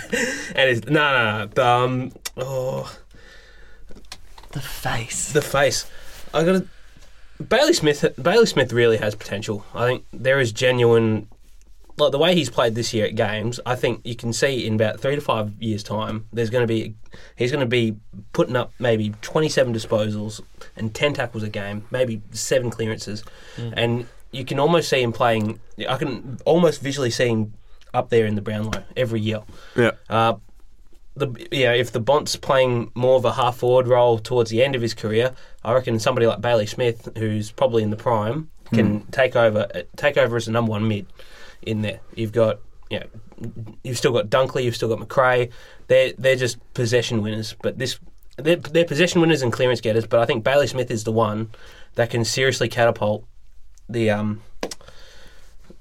S3: And it's, no, no, no. The, um, oh,
S1: The face.
S3: the face. I got to Bailey Smith. Bailey Smith really has potential. I think there is genuine, like the way he's played this year at games. I think you can see in about three to five years' time, there's going to be, he's going to be putting up maybe 27 disposals and 10 tackles a game, maybe seven clearances, and you can almost see him playing. I can almost visually see him up there in the Brownlow every year.
S2: Yeah.
S3: Uh, the yeah, if the Bont's playing more of a half forward role towards the end of his career, I reckon somebody like Bailey Smith, who's probably in the prime, can take over uh, take over as the number one mid in there. You've got yeah, you've still got Dunkley, you've still got McRae. They're they're just possession winners, but this they're, they're possession winners and clearance getters. But I think Bailey Smith is the one that can seriously catapult the um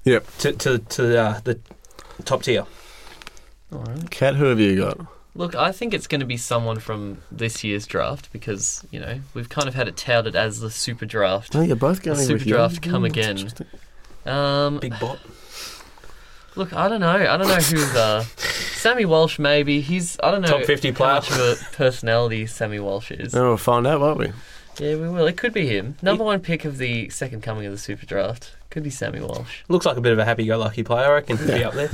S2: Yep.
S3: to to to uh, the top tier.
S1: All right.
S2: Cat, who have you got?
S1: Look, I think it's going to be someone from this year's draft because you know we've kind of had it touted as the super draft.
S2: you're both going Hmm, Mm,
S1: Super draft, come again. Um,
S3: Big bot.
S1: look, I don't know. I don't know who's uh, Sammy Walsh. Maybe he's. I don't know.
S3: Top 50
S1: how
S3: player.
S1: much of a personality Sammy Walsh is.
S2: And we'll find out, won't we?
S1: Yeah, we will. It could be him. Number one pick of the second coming of the super draft could be Sammy Walsh.
S3: Looks like a bit of a happy-go-lucky player. I reckon he'd be up there.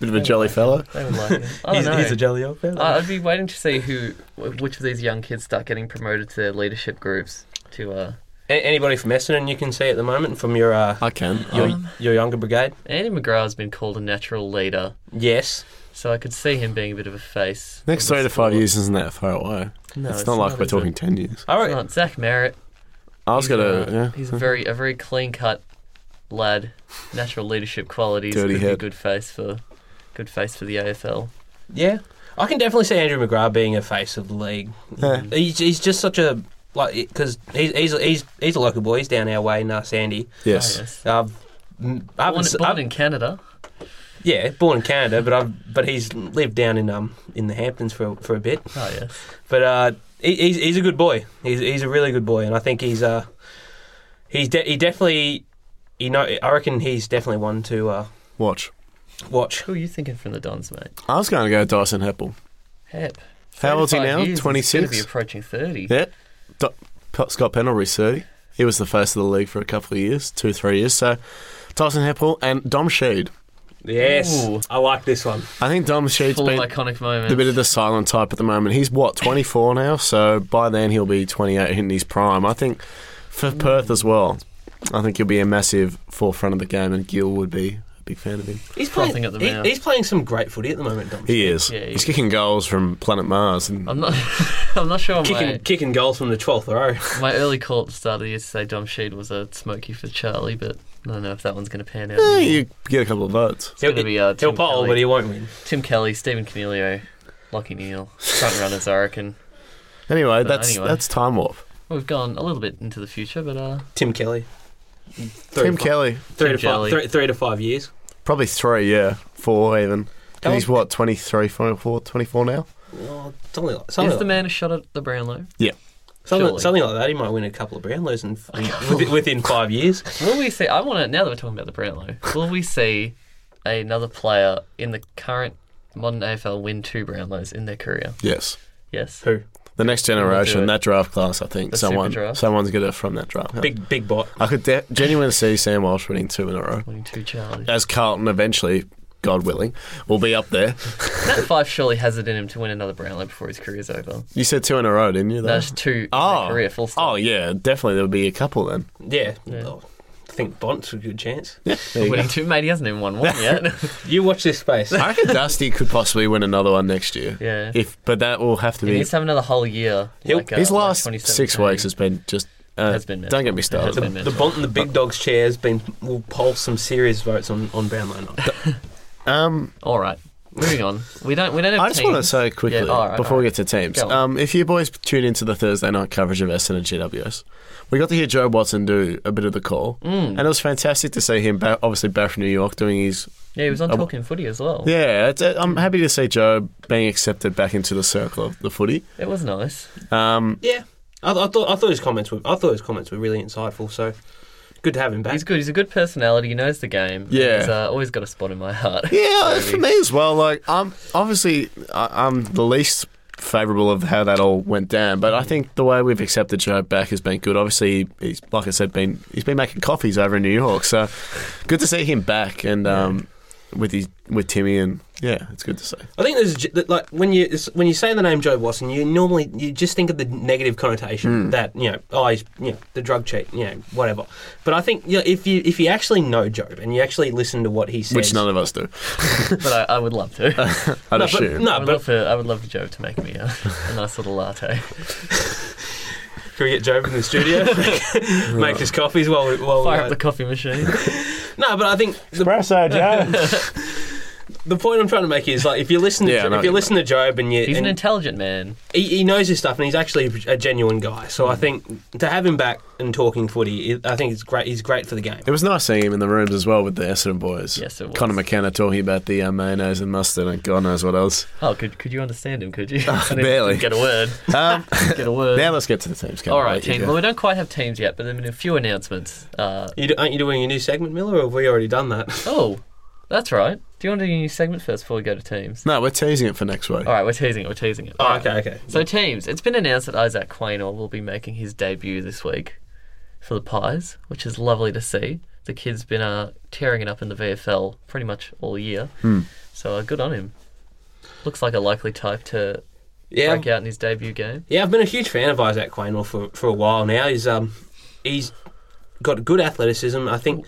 S2: Bit of a jolly fellow.
S1: They would like him. I don't
S3: he's,
S1: know.
S3: he's a jolly old fella.
S1: I- I'd be waiting to see who, which of these young kids start getting promoted to their leadership groups to uh,
S3: A- anybody from Essendon you can see at the moment from your uh,
S2: I can.
S3: your,
S2: Um,
S3: your younger brigade?
S1: Andy McGrath's been called a natural leader,
S3: Yes.
S1: so I could see him being a bit of a face.
S2: next
S1: of
S2: three
S1: the
S2: to five
S1: sport.
S2: years isn't that far away.
S1: No,
S2: it's, not like we're
S1: is it?
S2: talking ten years.
S3: All
S1: It's
S3: right.
S1: not Zach Merritt.
S2: I was
S1: He's
S2: gonna.
S1: a-
S2: yeah.
S1: He's a very a very clean cut lad. Natural leadership qualities.
S2: Dirty
S1: could be
S2: head.
S1: good face for good face for the AFL.
S3: Yeah. I can definitely see Andrew McGrath being a face of the league.
S2: Yeah.
S3: He's, he's just such a like because he's, he's he's he's a local boy. He's down our way in uh, Sandy.
S2: Yes.
S1: Oh, yes.
S3: I've, mm, I haven't
S1: Born,
S3: s-
S1: born
S3: I've-
S1: in Canada.
S3: yeah, born in Canada, but I've but he's lived down in um in the Hamptons for for a bit.
S1: Oh yes.
S3: But uh, he, he's he's a good boy. He's he's a really good boy, and I think he's uh he's de- he definitely you know I reckon he's definitely one to uh
S2: Watch.
S3: watch.
S1: Who are you thinking from the Dons, mate?
S2: I was going to go Dyson Heppel.
S1: Hep.
S2: How old's he
S1: 35
S2: now?
S1: years, he's
S2: Twenty
S1: gonna be
S2: six.
S1: approaching thirty.
S2: Yeah. Do- P- Scott Pendlebury thirty. He was the face of the league for a couple of years, two three years. So Dyson Heppel and Dom Sheed.
S3: Yes,
S1: Ooh.
S3: I like this one.
S2: I think Dom Sheed's
S1: Full
S2: been
S1: of iconic moments.
S2: the bit of the silent type at the moment. He's what, 24 now? So by then he'll be 28 in his prime. I think for Perth as well, I think he'll be a massive forefront of the game, and Gill would be a big fan of him.
S3: He's
S1: Frothing
S3: playing
S1: at the
S3: he-
S1: mouth.
S3: he's playing some great footy at the moment, Dom.
S2: He is.
S1: Yeah, he
S2: He's
S1: is.
S2: kicking goals from planet Mars. And
S1: I'm not. I'm not sure.
S3: Kicking,
S1: My,
S3: kicking goals from the 12th row.
S1: my early call at the start of the year to say Dom Sheed was a smoky for Charlie, but I don't know if that one's going to pan out.
S2: Eh,
S1: anymore.
S2: you get a couple of votes.
S1: It's going to be uh,
S3: He'll
S1: Tim
S3: poll, but
S1: Kelly,
S3: he won't win.
S1: Tim Kelly, Stephen Canelio, Lockie Neal, front runners, I reckon.
S2: Anyway,
S1: But
S2: that's
S1: anyway.
S2: that's Time Warp.
S1: We've gone a little bit into the future, but uh,
S3: Tim Kelly. Three
S2: Tim
S3: to fi-
S2: Kelly,
S3: Three
S1: Tim
S3: to five,
S1: Kelly.
S3: three, three to five years.
S2: probably three, yeah, four even. 'Cause
S3: How
S2: he's
S3: old-
S2: what, 23, 24, 24 now?
S3: Well, Oh, something like,
S1: is
S3: something,
S1: the
S3: like,
S1: man who shot at the Brownlow?
S3: something,
S1: surely.
S3: something like that. He might win a couple of Brownlows in, within, within five years.
S1: Will we see? I want to. Now that we're talking about the Brownlow, will we see another player in the current modern AFL win two Brownlows in their career?
S2: Yes.
S1: Yes.
S3: Who?
S2: The next
S1: it.
S2: generation, that draft class, I think
S1: The super
S2: someone
S1: draft.
S2: someone's gonna from that draft. class.
S3: Big big bot.
S2: I could de- genuinely see Sam Walsh winning two in a row.
S1: Winning two, Charlie.
S2: As Carlton eventually, God willing, will be up there.
S1: Nat Five surely has it in him to win another Brownlow before his career's over.
S2: You said two in a row, didn't you? though?
S1: That's two in
S2: Oh.
S1: their career, full
S2: Oh
S1: stop.
S2: yeah, definitely there would be a couple then.
S3: Yeah.
S1: Yeah.
S3: Oh, I think Bont's a good chance.
S2: There you go.
S1: winning two, mate. He hasn't even won one yet.
S3: You watch this space.
S2: I reckon Dusty could possibly win another one next year.
S1: yeah.
S2: If but that will have to
S1: He
S2: be
S1: needs to have another whole year.
S3: He'll-
S1: like, uh,
S2: his
S1: like
S2: last
S1: 2017.
S2: six weeks has been just. Uh,
S1: Has been
S2: don't get me
S1: It has
S2: started.
S1: been
S3: The Bont and the Big Dog's chair has been will poll some serious votes on on Brownlow night.
S2: Um,
S1: All right, moving on. We don't. We don't have.
S2: I just
S1: teams.
S2: want to say quickly
S1: all right,
S2: before
S1: all
S2: we get to teams,
S1: Go on.
S2: um, if you boys tune into the Thursday night coverage of Essendon and GWS, we got to hear Joe Watson do a bit of the call,
S1: Mm.
S2: and it was fantastic to see him. Ba- obviously, back from New York, doing his
S1: Yeah, he was on
S2: I-
S1: Talking Footy as well.
S2: Yeah, it's, uh, I'm happy to see Joe being accepted back into the circle of the footy.
S1: It was nice.
S2: Um,
S3: Yeah. I, I thought I thought his comments were I thought his comments were really insightful. So good to have him back.
S1: He's good. He's a good personality. He knows the game.
S2: Yeah.
S1: He's uh, always got a spot in my heart.
S2: yeah, for
S1: Maybe.
S2: me as well. Like, I'm obviously I, I'm the least favourable of how that all went down, but I think the way we've accepted Joe back has been good. Obviously, he's like I said, been he's been making coffees over in New York, so good to see him back and um, with his with Timmy and yeah, it's good to see.
S3: I think there's a ge- that, like when you it's- when you say the name Joe Watson, you normally you just think of the negative connotation
S2: Hmm.
S3: that you know, oh, he's you know the drug cheat, you know, whatever. But I think you know, if you if you actually know Job and you actually listen to what he says,
S2: Which none of us do,
S1: But I, I would love to.
S2: I'd
S3: no, but,
S2: assume.
S1: I,
S3: no,
S1: would love
S3: but
S1: for, I would love for Joe to make me a, a nice little latte.
S3: can we get Job in the studio, make his coffees while we while
S1: Fire up
S3: we,
S1: the coffee machine.
S3: no, but I think the
S2: Espresso, Joe.
S3: the point I'm trying to make is like if you listen to
S2: Yeah, I
S3: Job,
S2: know
S3: if you
S2: what you
S3: listen to Job and you
S1: He's an
S3: and
S1: intelligent man.
S3: he, he knows his stuff and he's actually a genuine guy. So
S1: Mm.
S3: I think to have him back and talking footy, I think it's great. He's great for the game.
S2: It was nice seeing him in the rooms as well with the Essendon boys.
S1: Yes, it was.
S2: Connor McKenna talking about the uh, mayonnaise and mustard and God knows what else.
S1: Oh, could could you understand him? Could you? I didn't-
S2: Uh, barely.
S1: didn't Get a word.
S2: Um,
S1: Get a word.
S2: now let's get to the teams. Cam.
S1: Uh, All
S2: I'll
S1: right,
S2: let you
S1: team.
S2: go.
S1: Well, we don't quite have teams yet, but there have been a few announcements. Uh,
S3: You, do- aren't you doing a new segment, Miller, or have we already done that?
S1: oh, that's right. Do you want to do a new segment first before we go to teams?
S2: No, we're teasing it for next week.
S1: All right, we're teasing it. We're teasing it. All
S3: Oh,
S1: right.
S3: okay, okay.
S1: So, teams, it's been announced that Isaac Quaynor will be making his debut this week for the Pies, which is lovely to see. The kid's been uh, tearing it up in the VFL pretty much all year,
S3: Hmm.
S1: so uh, good on him. Looks like a likely type to
S3: yeah,
S1: break out in his debut game.
S3: yeah. I've been a huge fan of Isaac Quaynor for, for a while now. He's um, he's got good athleticism. I think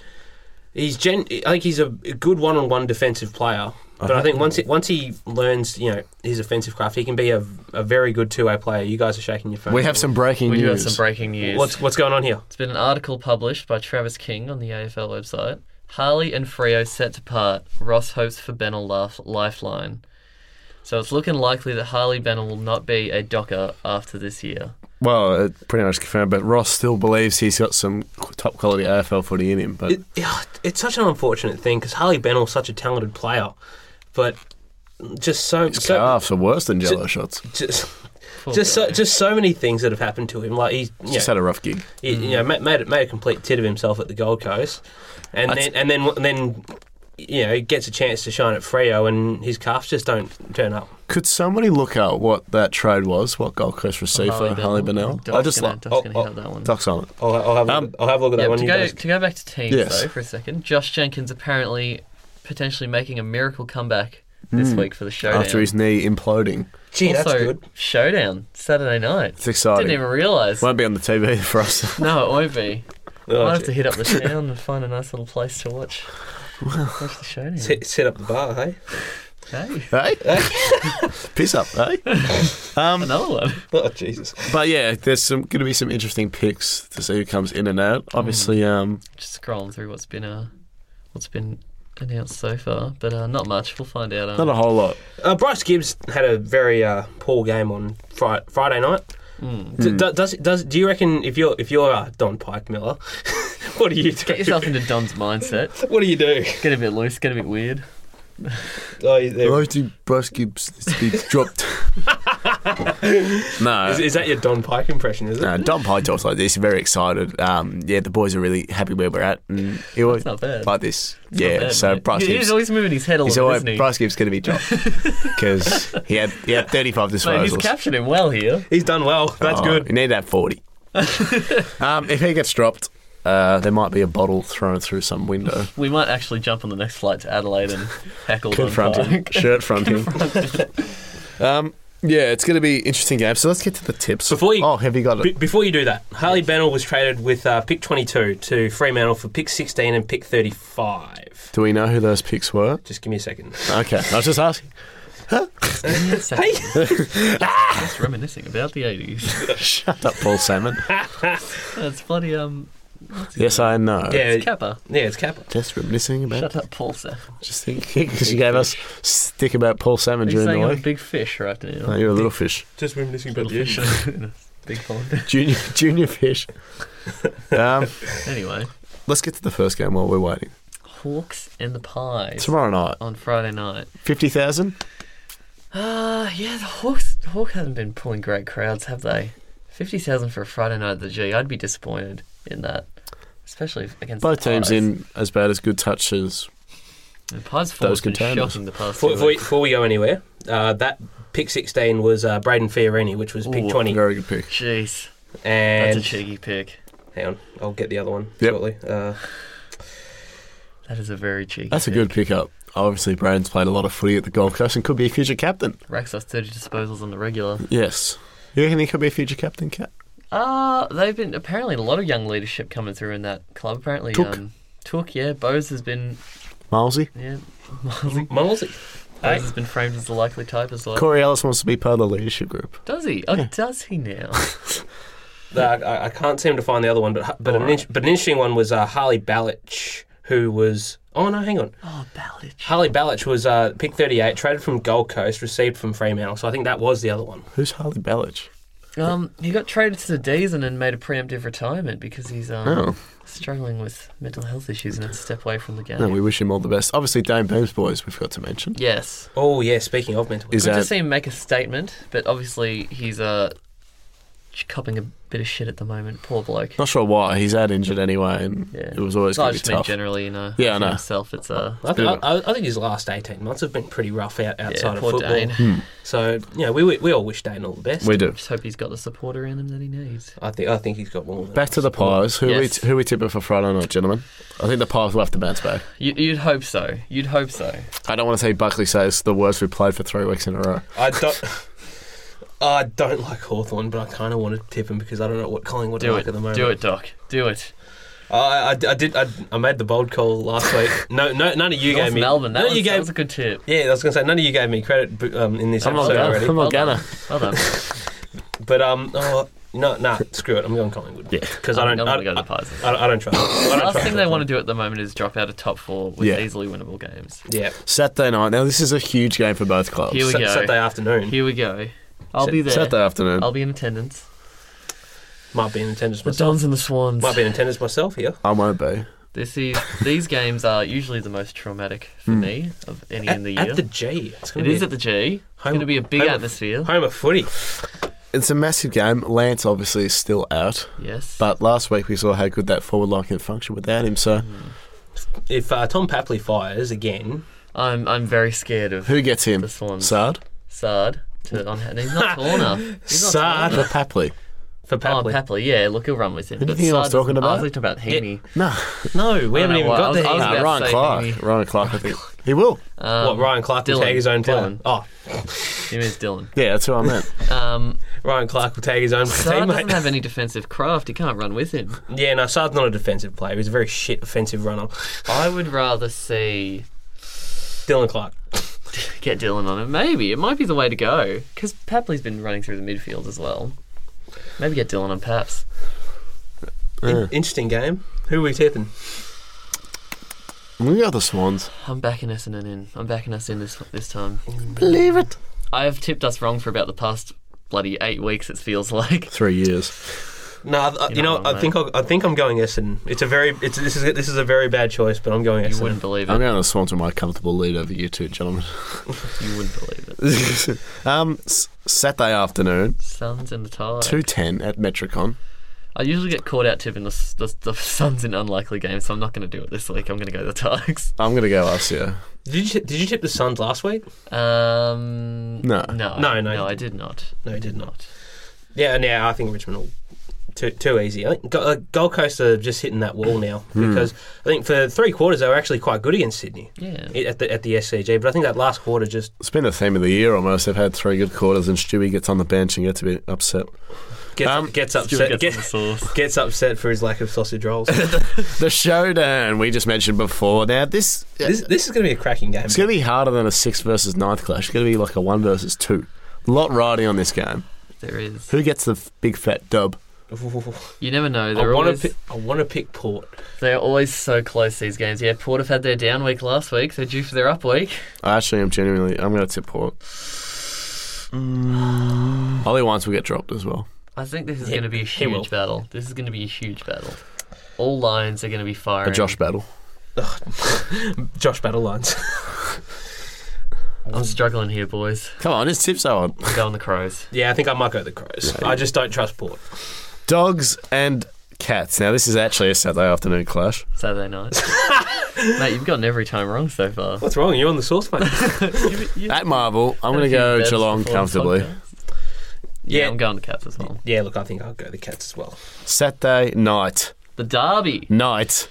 S3: he's gen. I think he's a good one-on-one defensive player. But
S2: Uh-huh.
S3: I think once he, once he learns, you know, his offensive craft, he can be a, a very good two-way player. You guys are shaking your phone.
S2: We have some breaking
S1: We do have
S2: news.
S1: some breaking news.
S3: What's what's going on here?
S1: It's been an article published by Travis King on the AFL website. Harley and Freo set to part. Ross hopes for Bennell lif- lifeline. So it's looking likely that Harley Bennell will not be a Docker after this year.
S2: well, it pretty much confirmed, but Ross still believes he's got some qu- top quality AFL footy in him. But
S3: It, yeah, it's such an unfortunate thing because Harley Bennell's such a talented player, but just so
S2: his
S3: so
S2: calves are worse than jello shots.
S3: just
S1: Poor
S3: just so,
S1: guy.
S3: just so many things that have happened to him. Like he's you
S2: Just
S3: know,
S2: had a rough gig.
S3: he, you
S1: Mm.
S3: know made, made it- made a complete tit of himself at the Gold Coast, and
S2: That's-
S3: then and then and then you know he gets a chance to shine at Freo, and his calves just don't turn up.
S2: Could somebody look up what that trade was? What Gold Coast received
S1: Oh,
S2: for Harley Bennell?
S1: Doc's
S2: I just
S1: gonna,
S2: like
S1: Doc's
S3: oh,
S1: gonna
S3: oh,
S1: have that one.
S2: Doc's on it.
S3: I'll, I'll have a
S2: Um,
S3: look, I'll have a look at that
S1: yeah,
S3: one.
S1: to
S3: You
S1: go
S3: guys.
S1: to go back to teams
S2: Yes.
S1: though for a second. Josh Jenkins apparently potentially making a miracle comeback this week for the showdown.
S2: Hmm. After his knee imploding,
S3: Gee, that's
S1: also,
S3: good.
S1: showdown Saturday night.
S2: it's exciting.
S1: Didn't even realise.
S2: Won't be on the TV for us.
S1: No, it won't be.
S3: Oh,
S1: I'll have
S3: gee.
S1: to hit up the town and find a nice little place to watch. Watch the show now.
S3: Set, set up the bar, hey?
S1: Hey,
S2: Hey? Piss up, hey? Um,
S1: another one.
S3: Oh, Jesus.
S2: but yeah, there's some going to be some interesting picks to see who comes in and out. Obviously, um,
S1: Just scrolling through what's been uh, what's been announced so far, but uh, not much. We'll find out.
S2: not
S1: Um,
S2: a whole lot.
S3: Uh, Bryce Gibbs had a very uh, poor game on fri- Friday night.
S1: Hmm.
S3: D-
S2: Hmm.
S3: do- does does do you reckon if you're if you're uh, Don Pike Miller, what do you
S1: get
S3: do?
S1: yourself into Don's mindset.
S3: What do you do?
S1: Get a bit loose. Get a bit weird.
S3: Oh, you- there-
S2: Bryce Gibbs needs to be dropped. no.
S3: is, is that your Don Pike impression? Is it?
S2: no, Don Pye talks like this. Very excited. Um, yeah, the boys are really happy where we're at. And he always
S1: not bad.
S2: like this.
S1: Not
S2: yeah,
S1: bad,
S2: so
S1: mate.
S2: Bryce
S1: He-
S2: Gibbs.
S1: He's always moving his head a
S2: He's
S1: little,
S2: always
S1: isn't he?
S2: Bryce Gibbs going to be dropped because he had he had
S1: Mate,
S2: 35
S1: he's
S2: disposals.
S1: captured him well here.
S3: He's done well. That's
S2: Oh,
S3: good.
S2: You need that 40. um, if he gets dropped, uh, there might be a bottle thrown through some window.
S1: We might actually jump on the next flight to Adelaide and heckle Don
S2: Confront him.
S1: Pike.
S2: Shirt front him. um, yeah, it's going to be interesting game. So let's get to the tips.
S3: Before you-
S2: oh, have you got it?
S3: Be- before you do that, Harley Bennell was traded with uh, pick 22 to Fremantle for pick 16 and pick 35.
S2: Do we know who those picks were?
S3: Just give me a second.
S2: Okay, I was just asking.
S1: hey. Just reminiscing about the 80s.
S2: Shut up, Paul Salmon.
S1: That's bloody, um,
S2: yes, I know.
S3: Yeah,
S1: Kappa.
S3: yeah, it's Kappa.
S2: Just reminiscing about.
S1: Shut up, Pulsar.
S2: Just thinking because you gave us stick about Paul Salmon
S1: He's
S2: during
S1: saying
S2: the
S1: I'm a
S2: week.
S1: big fish right now.
S2: No, you're a little fish,
S3: Just reminiscing
S1: Little fish in a big pond.
S2: junior junior fish. Um,
S1: Anyway,
S2: let's get to the first game while we're waiting.
S1: Hawks and the Pies
S2: Tomorrow night,
S1: on Friday night.
S2: fifty thousand.
S1: Uh, yeah, the Hawks, the Hawks haven't been pulling great crowds, have they? 50,000 for a Friday night at the G. I'd be disappointed in that. Especially if- against
S2: Both
S1: the
S2: teams
S1: Pies.
S2: in as bad as good touches.
S1: The Pies' form's been
S2: contenders.
S1: shocking the past
S3: Before,
S1: two
S3: before, we-
S1: weeks.
S3: before we go anywhere, uh, that pick 16 was uh, Braden Fiorini, which was pick
S1: Ooh,
S3: 20.
S2: Very good pick.
S1: Jeez, that's a
S3: And
S1: cheeky pick.
S3: hang on, I'll get the other one
S2: Yep.
S3: shortly. Uh,
S1: That is a very cheeky.
S2: That's a
S1: pick.
S2: good pickup. Obviously, Braden's played a lot of footy at the Gold Coast and could be a future captain.
S1: Racks us 30 disposals on the regular.
S2: Yes. You reckon he could be a future captain, Cat?
S1: Uh, they've been apparently a lot of young leadership coming through in that club. Apparently,
S2: Took.
S1: um, Took, yeah, Bose has been,
S2: Milesy?
S1: yeah,
S3: Miles,
S1: Bose has been framed as the likely type as well.
S2: Corey Ellis wants to be part of the leadership group.
S1: Does he? Oh, does he now?
S3: uh, I, I can't seem to find the other one, but but, an,
S1: Alright.
S3: in- but an interesting one was uh, Harley Balich, who was. Oh no, hang on.
S1: oh, Balich.
S3: Harley Balich was uh, pick 38, traded from Gold Coast, received from Fremantle. So I think that was the other one.
S2: Who's Harley Balich?
S1: Um, he got traded to the Deason and made a preemptive retirement because he's um
S2: Oh.
S1: struggling with mental health issues and had to step away from the game.
S2: No, we wish him all the best. Obviously, Dame Beam's boys, we forgot to mention.
S1: yes,
S3: Oh yeah, speaking of mental,
S2: Is
S1: we've
S2: that
S1: just seen him make a statement, but obviously he's uh copping a bit of shit at the moment. Poor bloke.
S2: not sure why he's out injured anyway, and
S1: Yeah.
S2: Oh. it was always
S1: No, I
S2: going to
S1: just
S2: be
S1: mean
S2: tough.
S1: generally, you know.
S2: Yeah, I
S1: for
S2: know.
S1: Himself, it's uh,
S3: I,
S2: bit
S3: th-
S2: of
S3: I, I think his last 18 months have been pretty rough out, outside
S1: yeah,
S3: of
S1: poor
S3: football.
S1: Dane.
S2: Hmm.
S3: So, you know, we, we, we all wish Dane all the best.
S2: We do.
S1: Just hope he's got the support around him that he needs.
S3: I think I think he's got more than
S2: Back to the Pies. Who
S1: Yes.
S2: we who we tipping for Friday night, gentlemen? I think the Pies will have to bounce back.
S1: You, you'd hope so. You'd hope so.
S2: I don't want to see Buckley say it's the worst we played for three weeks in a row.
S3: I don't. I don't like Hawthorn, but I kind of want to tip him because I don't know what Collingwood are
S1: Do
S3: like
S1: it.
S3: at the moment.
S1: Do it, Doc. Do it.
S3: I, I, I did. I, I made the bold call last week. No, no, none of you
S1: North
S3: gave me.
S1: Melbourne. That,
S3: none of
S1: was,
S3: you
S1: that
S3: gave.
S1: was a good tip.
S3: yeah, I was gonna say none of you gave me credit b- um, in this
S4: I'm not
S3: episode
S4: gonna.
S3: already.
S4: I'm not gonna.
S1: Well done.
S3: But um, oh, no, nah, screw it. I'm going Collingwood.
S4: Yeah.
S3: because I
S1: I'm
S3: don't.
S1: not
S3: I,
S1: gonna go to
S3: I,
S1: the Pies.
S3: I, I don't trust. I
S1: The
S3: don't
S1: last
S3: trust
S1: thing they
S3: Hawthorn.
S1: want to do at the moment is drop out of top four with
S2: Yeah.
S1: easily winnable games.
S3: Yeah.
S2: Saturday night. Now this is a huge game for both clubs.
S1: Here we
S3: Sa-
S1: go.
S3: Saturday afternoon
S1: Here we go. I'll
S2: Sa-
S1: be there.
S2: Saturday afternoon.
S1: I'll be in attendance.
S3: might be in attendance
S1: The
S3: myself.
S1: Dons and the Swans.
S3: Might be in attendance myself here.
S2: I won't be.
S1: This is these games are usually the most traumatic
S2: Hmm.
S1: for me of any
S3: At,
S1: in the
S3: at
S1: year.
S3: the G. It's
S1: it
S3: gonna be
S1: is at the G. It's
S3: Home-
S1: going to be a big
S3: home-
S1: atmosphere.
S3: home of footy.
S2: It's a massive game. Lance obviously is still out,
S1: Yes.
S2: but last week we saw how good that forward line can function without him. So
S1: Mm.
S3: If uh, Tom Papley fires again,
S1: I'm I'm very scared of
S2: who gets him?
S1: the Swans.
S2: Sard
S1: Sard. To, on, and he's not tall enough. He's not tall
S3: Sard
S1: enough.
S2: or Papley?
S3: for
S1: Oh,
S3: Papley.
S1: Papley, yeah, look, he'll run with him.
S2: Who do you
S1: But
S2: think I was
S1: Sard doesn't-
S2: talking
S1: I was
S2: about?
S1: talking about Heaney.
S2: No,
S3: no, we
S1: I don't
S3: haven't
S1: know
S3: even
S1: why. I
S3: got
S1: was-
S3: there.
S1: I was
S2: Nah,
S1: about
S2: Ryan
S1: to say
S2: Clark.
S1: Heaney.
S2: Ryan Clark. I think he will.
S1: Um,
S3: what Ryan Clark will
S1: Dylan.
S3: tag his own player?
S1: Dylan.
S3: Oh,
S1: He means Dylan.
S2: Yeah, that's who I meant.
S1: Um,
S3: Ryan Clark will tag his own
S1: Sard
S3: teammate.
S1: doesn't have any defensive craft. He can't run with him.
S3: yeah, no, Sard's not a defensive player. He's a very shit offensive runner.
S1: I would rather see
S3: Dylan Clark.
S1: get Dylan on it. Maybe it might be the way to go because Papley's been running through the midfield as well. Maybe get Dylan on Paps.
S3: In-
S2: Yeah.
S3: Interesting game. Who are we tipping?
S2: we got the Swans.
S1: I'm backing Essendon in. I'm backing us in this this time.
S2: Believe it.
S1: I have tipped us wrong for about the past bloody eight weeks. It feels like.
S2: Three years.
S3: No, I, I- you
S1: You're
S3: know,
S1: not wrong,
S3: I think I'll, I think I'm going Essendon. It's a very it's this is this is a very bad choice, but I'm going
S1: You
S3: Essendon.
S1: wouldn't believe
S2: I'm
S1: it.
S2: going to the Swans with my comfortable lead over you two, gentlemen.
S1: You wouldn't believe it.
S2: um, s- Saturday afternoon,
S1: Suns and the Tide.
S2: two ten at Metricon.
S1: I usually get caught out tipping the, s- the, the Suns in unlikely games, so I'm not going to do it this week. I'm going to go the Tigers.
S2: I'm going to go us, yeah.
S3: Did you did you tip the Suns last week?
S1: Um,
S2: No.
S1: no,
S3: No, no,
S1: no,
S3: you
S1: I did not.
S3: No, you did not.
S1: Not.
S3: Yeah, and yeah, I think Richmond will too too easy. I think Go- uh, Gold Coast are just hitting that wall now
S1: Hmm.
S3: because I think for three quarters they were actually quite good against Sydney
S1: Yeah.
S3: i- at the at the SCG, but I think that last quarter just
S2: It's been the theme of the year almost. They've had three good quarters, and Stewie gets on the bench and gets a bit upset.
S3: gets,
S2: Um,
S3: gets
S1: Stuart
S3: upset
S1: gets on the
S3: gets,
S1: sauce.
S3: gets upset for his lack of sausage rolls.
S2: The showdown we just mentioned before. Now this,
S3: this, this is going to be a cracking game.
S2: it's going to be harder than a six versus ninth clash. It's going to be like a one versus two. A lot riding on this game.
S1: There is.
S2: Who gets the f- big fat dub?
S1: You never know.
S3: I
S1: They're
S3: want
S1: always,
S3: to pick, I want to pick Port.
S1: they're always so close, these games. Yeah, Port have had their down week last week. They're due for their up week.
S2: I actually am genuinely. I'm going to tip Port.
S1: Mm.
S2: Ollie Wines will get dropped as well.
S1: I think this is
S3: He-
S1: going to be a
S3: he will.
S1: huge battle. This is going to be a huge battle. All lines are going to be
S2: A
S1: firing.
S2: Josh battle.
S3: Josh Battle lines.
S1: I'm struggling here, boys.
S2: Come on, just tip someone.
S1: I'm going the Crows.
S3: yeah, I think I might go the Crows. I just don't trust Port.
S2: Dogs and cats. Now this is actually a Saturday afternoon clash.
S1: Saturday night. Mate, you've gotten every time wrong so far.
S3: What's wrong? You're on the source, mate.
S2: At Marvel, I'm going to go Geelong comfortably.
S1: Yeah,
S3: Yeah.
S1: I'm going to Cats as well.
S3: yeah, look, I think I'll go the Cats as well.
S2: Saturday night.
S1: The Derby.
S2: Night.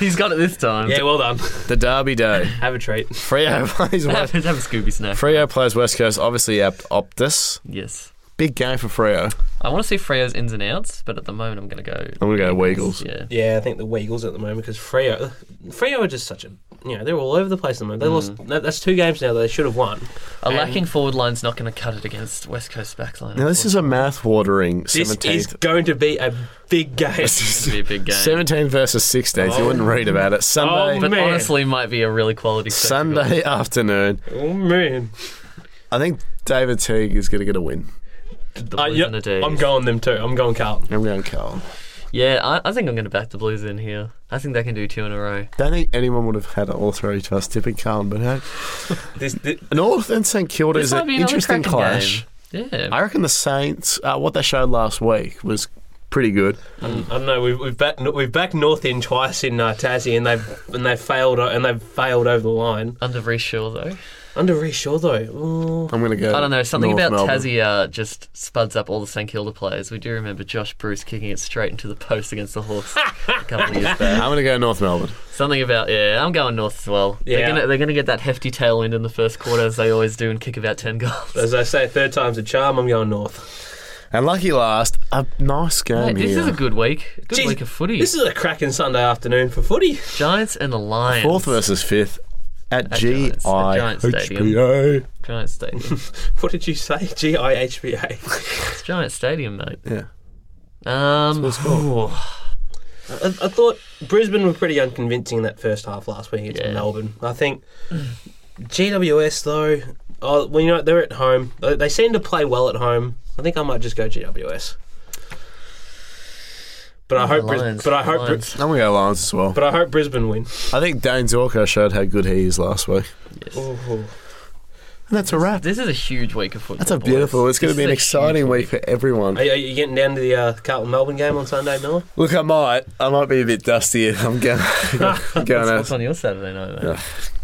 S1: He's got it this time.
S3: Yeah, well done.
S2: The Derby Day.
S3: Have a treat.
S2: Frio plays
S1: Have,
S2: West.
S1: have a Scooby snack.
S2: Frio plays West Coast. Obviously, up Optus.
S1: yes.
S2: Big game for Frio.
S1: I want to see Freyo's ins and outs, but at the moment I'm going to go.
S2: I'm gonna go Weagles.
S1: Yeah.
S3: Yeah, I think the Weagles at the moment because Freo, Freo are just such a you know they're all over the place at the moment. They lost
S1: Mm.
S3: that- that's two games now that they should have won.
S1: A
S3: And
S1: lacking forward line's not going to cut it against West Coast backline.
S2: Now this is a mouth-watering
S3: This is
S2: 17th.
S3: going to be a big game.
S1: It's going to be a big game. Oh.
S2: 17 versus 16th. You wouldn't read about it. Sunday.
S1: but
S3: man.
S1: honestly, might be a really quality spectacle.
S2: Sunday afternoon.
S3: oh man,
S2: I think David Teague is going to get a win.
S1: The
S3: Uh,
S1: Blues
S3: yeah,
S1: and the D's.
S3: I'm going them too. I'm going Carlton.
S2: I'm going Carlton.
S1: Yeah, I, I think I'm going to back the Blues in here. I think they can do two in a row.
S2: Don't think anyone would have had all three to us tipping Carlton, but hey.
S3: This, thi-
S2: And North and St Kilda is
S1: might
S2: an
S1: be another
S2: interesting
S1: cracking
S2: clash.
S1: game. Yeah.
S2: I reckon the Saints, uh, what they showed last week was pretty good.
S1: Mm.
S3: I don't know. We've, we've backed we've backed North in twice in uh, Tassie, and they've and they uh, failed o- and they've failed over the line.
S1: Under Reece Shaw, though.
S3: Under Reshaw though, oh. Ooh.
S2: I'm going to go.
S1: I don't know. Something
S2: Uh, North
S1: about
S2: Melbourne.
S1: Tassie uh, just spuds up all the St Kilda players. We do remember Josh Bruce kicking it straight into the post against the horse a couple of years back.
S2: I'm going to go North Melbourne.
S1: Something about yeah, I'm going north as well.
S3: Yeah.
S1: They're gonna they're gonna get that hefty tailwind in the first quarter as they always do and kick about ten goals.
S3: as I say, third time's a charm. I'm going north.
S2: And lucky last, a nice game
S1: Mate, this
S2: here.
S1: is a good week. A Good
S3: Jeez,
S1: week of footy.
S3: This is a cracking Sunday afternoon for footy.
S1: Giants and the Lions.
S2: Fourth versus fifth at,
S1: At
S2: GI
S1: Giants, at Giants Stadium.
S2: HBO.
S1: Giant Stadium.
S3: What did you say? G I H B A.
S1: it's Giant Stadium, mate.
S2: Yeah.
S1: Um,
S2: That's what it's
S1: ooh,
S3: I, I thought Brisbane were pretty unconvincing in that first half last week against
S1: Yeah.
S3: Melbourne. I think GWS though. Oh, well, you know what, they're at home. They, they seem to play well at home. I think I might just go GWS. But I hope. Bris-
S1: Lions,
S3: but I hope. Bri-
S1: Lions.
S2: I'm going to go Lions as well.
S3: but I hope Brisbane win.
S2: I think Dane Zorko showed how good he is last week.
S1: Yes.
S3: Ooh.
S2: And that's a wrap.
S1: This is a huge week of football.
S2: That's a
S1: boys.
S2: beautiful. It's going
S1: This
S2: to be
S1: is
S2: an
S1: a
S2: exciting
S1: huge
S2: week for everyone.
S3: Are, you- are you getting down to the uh, Carlton Melbourne game on Sunday, Miller?
S2: Look, I might, I might be a bit dusty. I'm going, I'm
S1: What's,
S2: going
S1: what's
S2: to
S1: on your Saturday night, mate?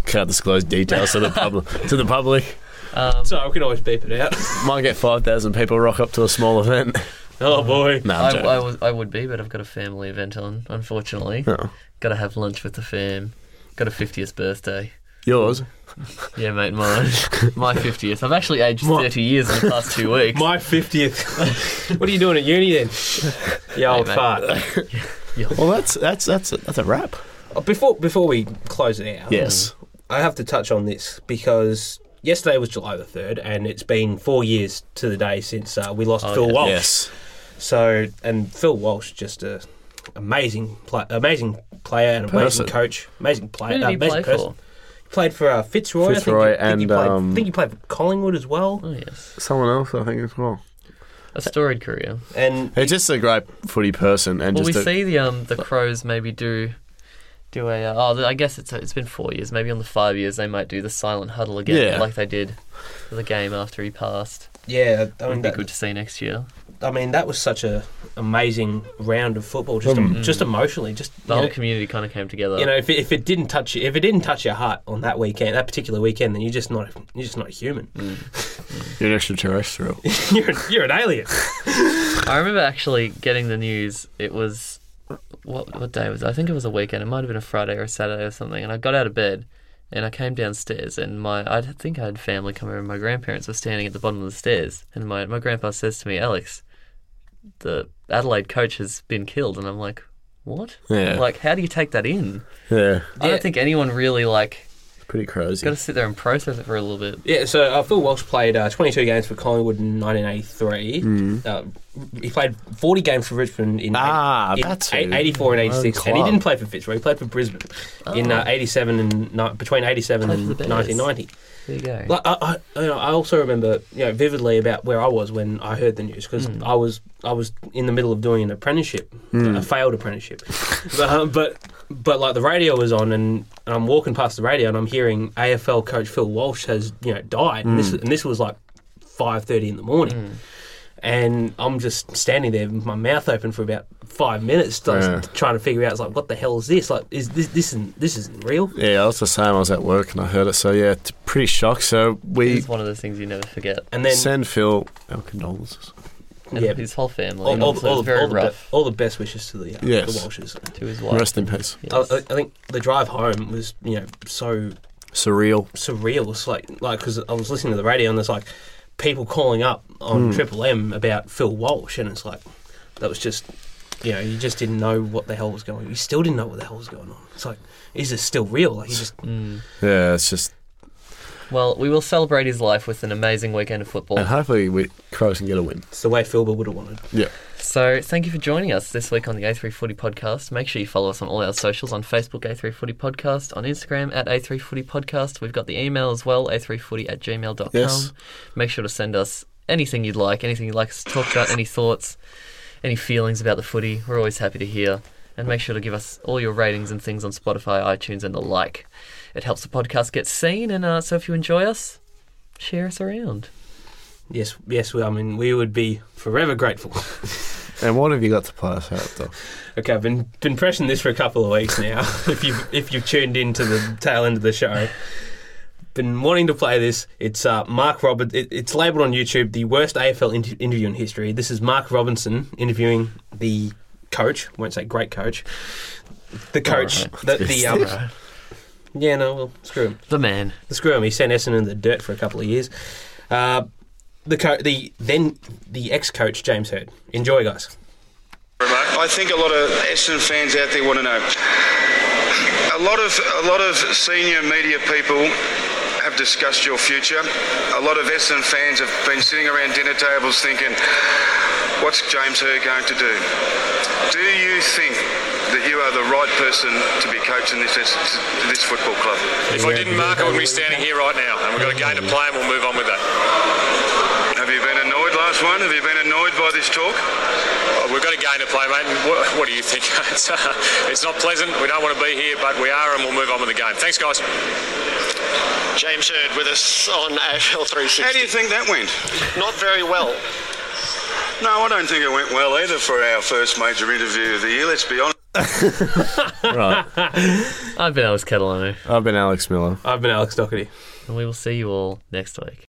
S2: can't disclose details to the public. To the public,
S1: Um,
S3: So we can always beep it out.
S2: might get five thousand people rock up to a small event.
S3: oh boy.
S2: No,
S1: I,
S2: I'm joking.
S1: I, was, I would be, but I've got a family event on, unfortunately.
S2: Oh.
S1: Got to have lunch with the fam. Got a 50th birthday.
S2: Yours?
S1: Yeah, mate, mine. My 50th. I've actually aged
S3: My-
S1: 30 years in the past two weeks.
S3: My fiftieth. what are you doing at uni then? You old
S1: mate.
S3: fart.
S2: Well, that's that's that's a, that's a wrap.
S3: Oh, Before before we close it out,
S2: Yes.
S3: I have to touch on this because yesterday was July the third, and it's been four years to the day since uh, we lost
S1: Oh,
S3: Phil
S1: yeah.
S3: Walsh.
S2: Yes.
S3: So and Phil Walsh just a amazing pla amazing player and amazing
S2: Person.
S3: coach, amazing
S1: Who
S3: player,
S1: did
S3: uh,
S1: he play
S3: amazing person.
S1: for?
S3: Played for uh, Fitzroy, I think he-
S2: Fitzroy
S3: think he,
S2: and,
S3: played,
S2: um,
S3: think he played for Collingwood as well.
S1: Oh, yes.
S2: Someone else, I think as well.
S1: A storied career.
S3: And
S2: He's just a great footy person, and
S1: Well, we
S2: just a,
S1: see the um the crows maybe do do a uh, oh the- I guess it's it's been four years maybe on the five years they might do the silent huddle again
S2: Yeah.
S1: like they did for the game after he passed.
S3: yeah, I mean,
S1: Would be
S3: that,
S1: good to see next year.
S3: I mean that was such a amazing round of football, just
S2: Hmm.
S3: em- just emotionally, just
S1: The
S3: you
S1: whole
S3: know,
S1: community kind of came together.
S3: you know, if it, if it didn't touch you, if it didn't touch your heart on that weekend, that particular weekend, then you're just not you're just not human.
S2: you're an extraterrestrial.
S3: you're you're an alien.
S1: I remember actually getting the news. It was what what day was it? I think it was a weekend. It might have been a Friday or a Saturday or something. And I got out of bed and I came downstairs and my I think I had family come over. and My grandparents were standing at the bottom of the stairs and my my grandpa says to me, Alex, the Adelaide coach has been killed. And I'm like, what?
S2: Yeah.
S1: Like, how do you take that in?
S2: yeah,
S1: I
S3: Yeah.
S1: don't think anyone really like
S2: pretty crazy.
S1: got to sit there and process it for a little bit.
S3: Yeah, so uh, Phil Welsh played uh, 22 games for Collingwood in 1983.
S1: Mm.
S3: Uh, he played 40 games for Richmond in, eight-
S2: Ah,
S3: in
S2: that's
S3: eight-
S2: who.
S3: 84 and
S2: Own
S3: 86, and he
S2: club.
S3: didn't play for Fitzroy. He played for Brisbane in uh, 87 and ni- between 87
S1: Ah. Played
S3: and
S1: for the Bears.
S3: 1990.
S1: There you go.
S3: Like, I, I, you know, I also remember you know vividly about where I was when I heard the news because I was I was in the middle of doing an apprenticeship, a failed apprenticeship, but, um, but but like the radio was on and, and I'm walking past the radio and I'm hearing AFL coach Phil Walsh has you know died and this and this was like five thirty in the morning. And I'm just standing there with my mouth open for about five minutes, just
S2: Yeah.
S3: trying to figure out. It's like, what the hell is this? Like, is this this isn't this isn't real?
S2: yeah, I was the same. I was at work and I heard it. So yeah, it's pretty shocked. So we
S1: it's one of those things you never forget.
S3: And then
S2: send Phil our condolences.
S1: And
S3: Yeah.
S1: his whole family.
S3: all,
S1: and
S3: all,
S1: also
S3: all,
S1: it's very
S3: all, the, be-
S1: rough
S3: all the best wishes to the, uh,
S2: Yes.
S3: the Walshes.
S1: to his wife.
S2: Rest in peace.
S1: Yes.
S3: I, I I think the drive home was you know so
S2: Surreal.
S3: surreal. It's like like because I was listening to the radio and there's like people calling up on Triple M about Phil Walsh and it's like that was just you know you just didn't know what the hell was going. You still didn't know what the hell was going on. It's like is this still real? Like you just
S1: Mm.
S2: Yeah, it's just
S1: Well, we will celebrate his life with an amazing weekend of
S2: and
S1: football.
S2: hopefully we Crows can get a win.
S3: it's the way Philber would have wanted.
S2: Yeah.
S1: So, thank you for joining us this week on the A3 Footy Podcast. Make sure you follow us on all our socials on Facebook, A3 Footy Podcast, on Instagram, at A3 Footy Podcast. We've got the email as well, a3footy at gmail.com.
S2: Yes.
S1: Make sure to send us anything you'd like, anything you'd like us to talk about, any thoughts, any feelings about the footy. We're always happy to hear. And make sure to give us all your ratings and things on Spotify, iTunes, and the like. It helps the podcast get seen. And uh, so, if you enjoy us, share us around.
S3: Yes, yes. Well, I mean, we would be forever grateful.
S2: And what have you got to play us out though?
S3: Okay, I've been been pressing this for a couple of weeks now. if you if you've tuned into the tail end of the show, been wanting to play this. It's uh, Mark Roberts. It, it's labelled on YouTube the worst AFL inter- interview in history. This is Mark Robinson interviewing the coach. I won't say great coach. The coach. that The, um, yeah, no, well, screw him.
S1: The man.
S3: Screw him. He sent Essendon in the dirt for a couple of years. Uh, the co- the then the ex coach James Heard. Enjoy, guys.
S4: I think a lot of Essendon fans out there want to know. A lot of a lot of senior media people have discussed your future. A lot of Essendon fans have been sitting around dinner tables thinking, "What's James Hur going to do?" Do you think that you are the right person to be coaching this Essendon- this football club?
S5: If I didn't mark, I wouldn't be standing here right now. And we've got a game to play, and we'll move on with that.
S4: Have you been annoyed last one? Have you been annoyed by this talk?
S5: Oh, We've got a game to play, mate. And what, what do you think? it's, uh, it's not pleasant. We don't want to be here, but we are, and we'll move on with the game. Thanks, guys.
S6: James Heard with us on AFL
S4: How do
S6: 360.
S4: you think that went?
S6: Not very well.
S4: No, I don't think it went well either for our first major interview of the year. Let's be honest.
S2: Right.
S1: I've been Alice Catalano,
S2: I've been Alex Miller.
S3: I've been Alex Doherty.
S1: and we will see you all next week.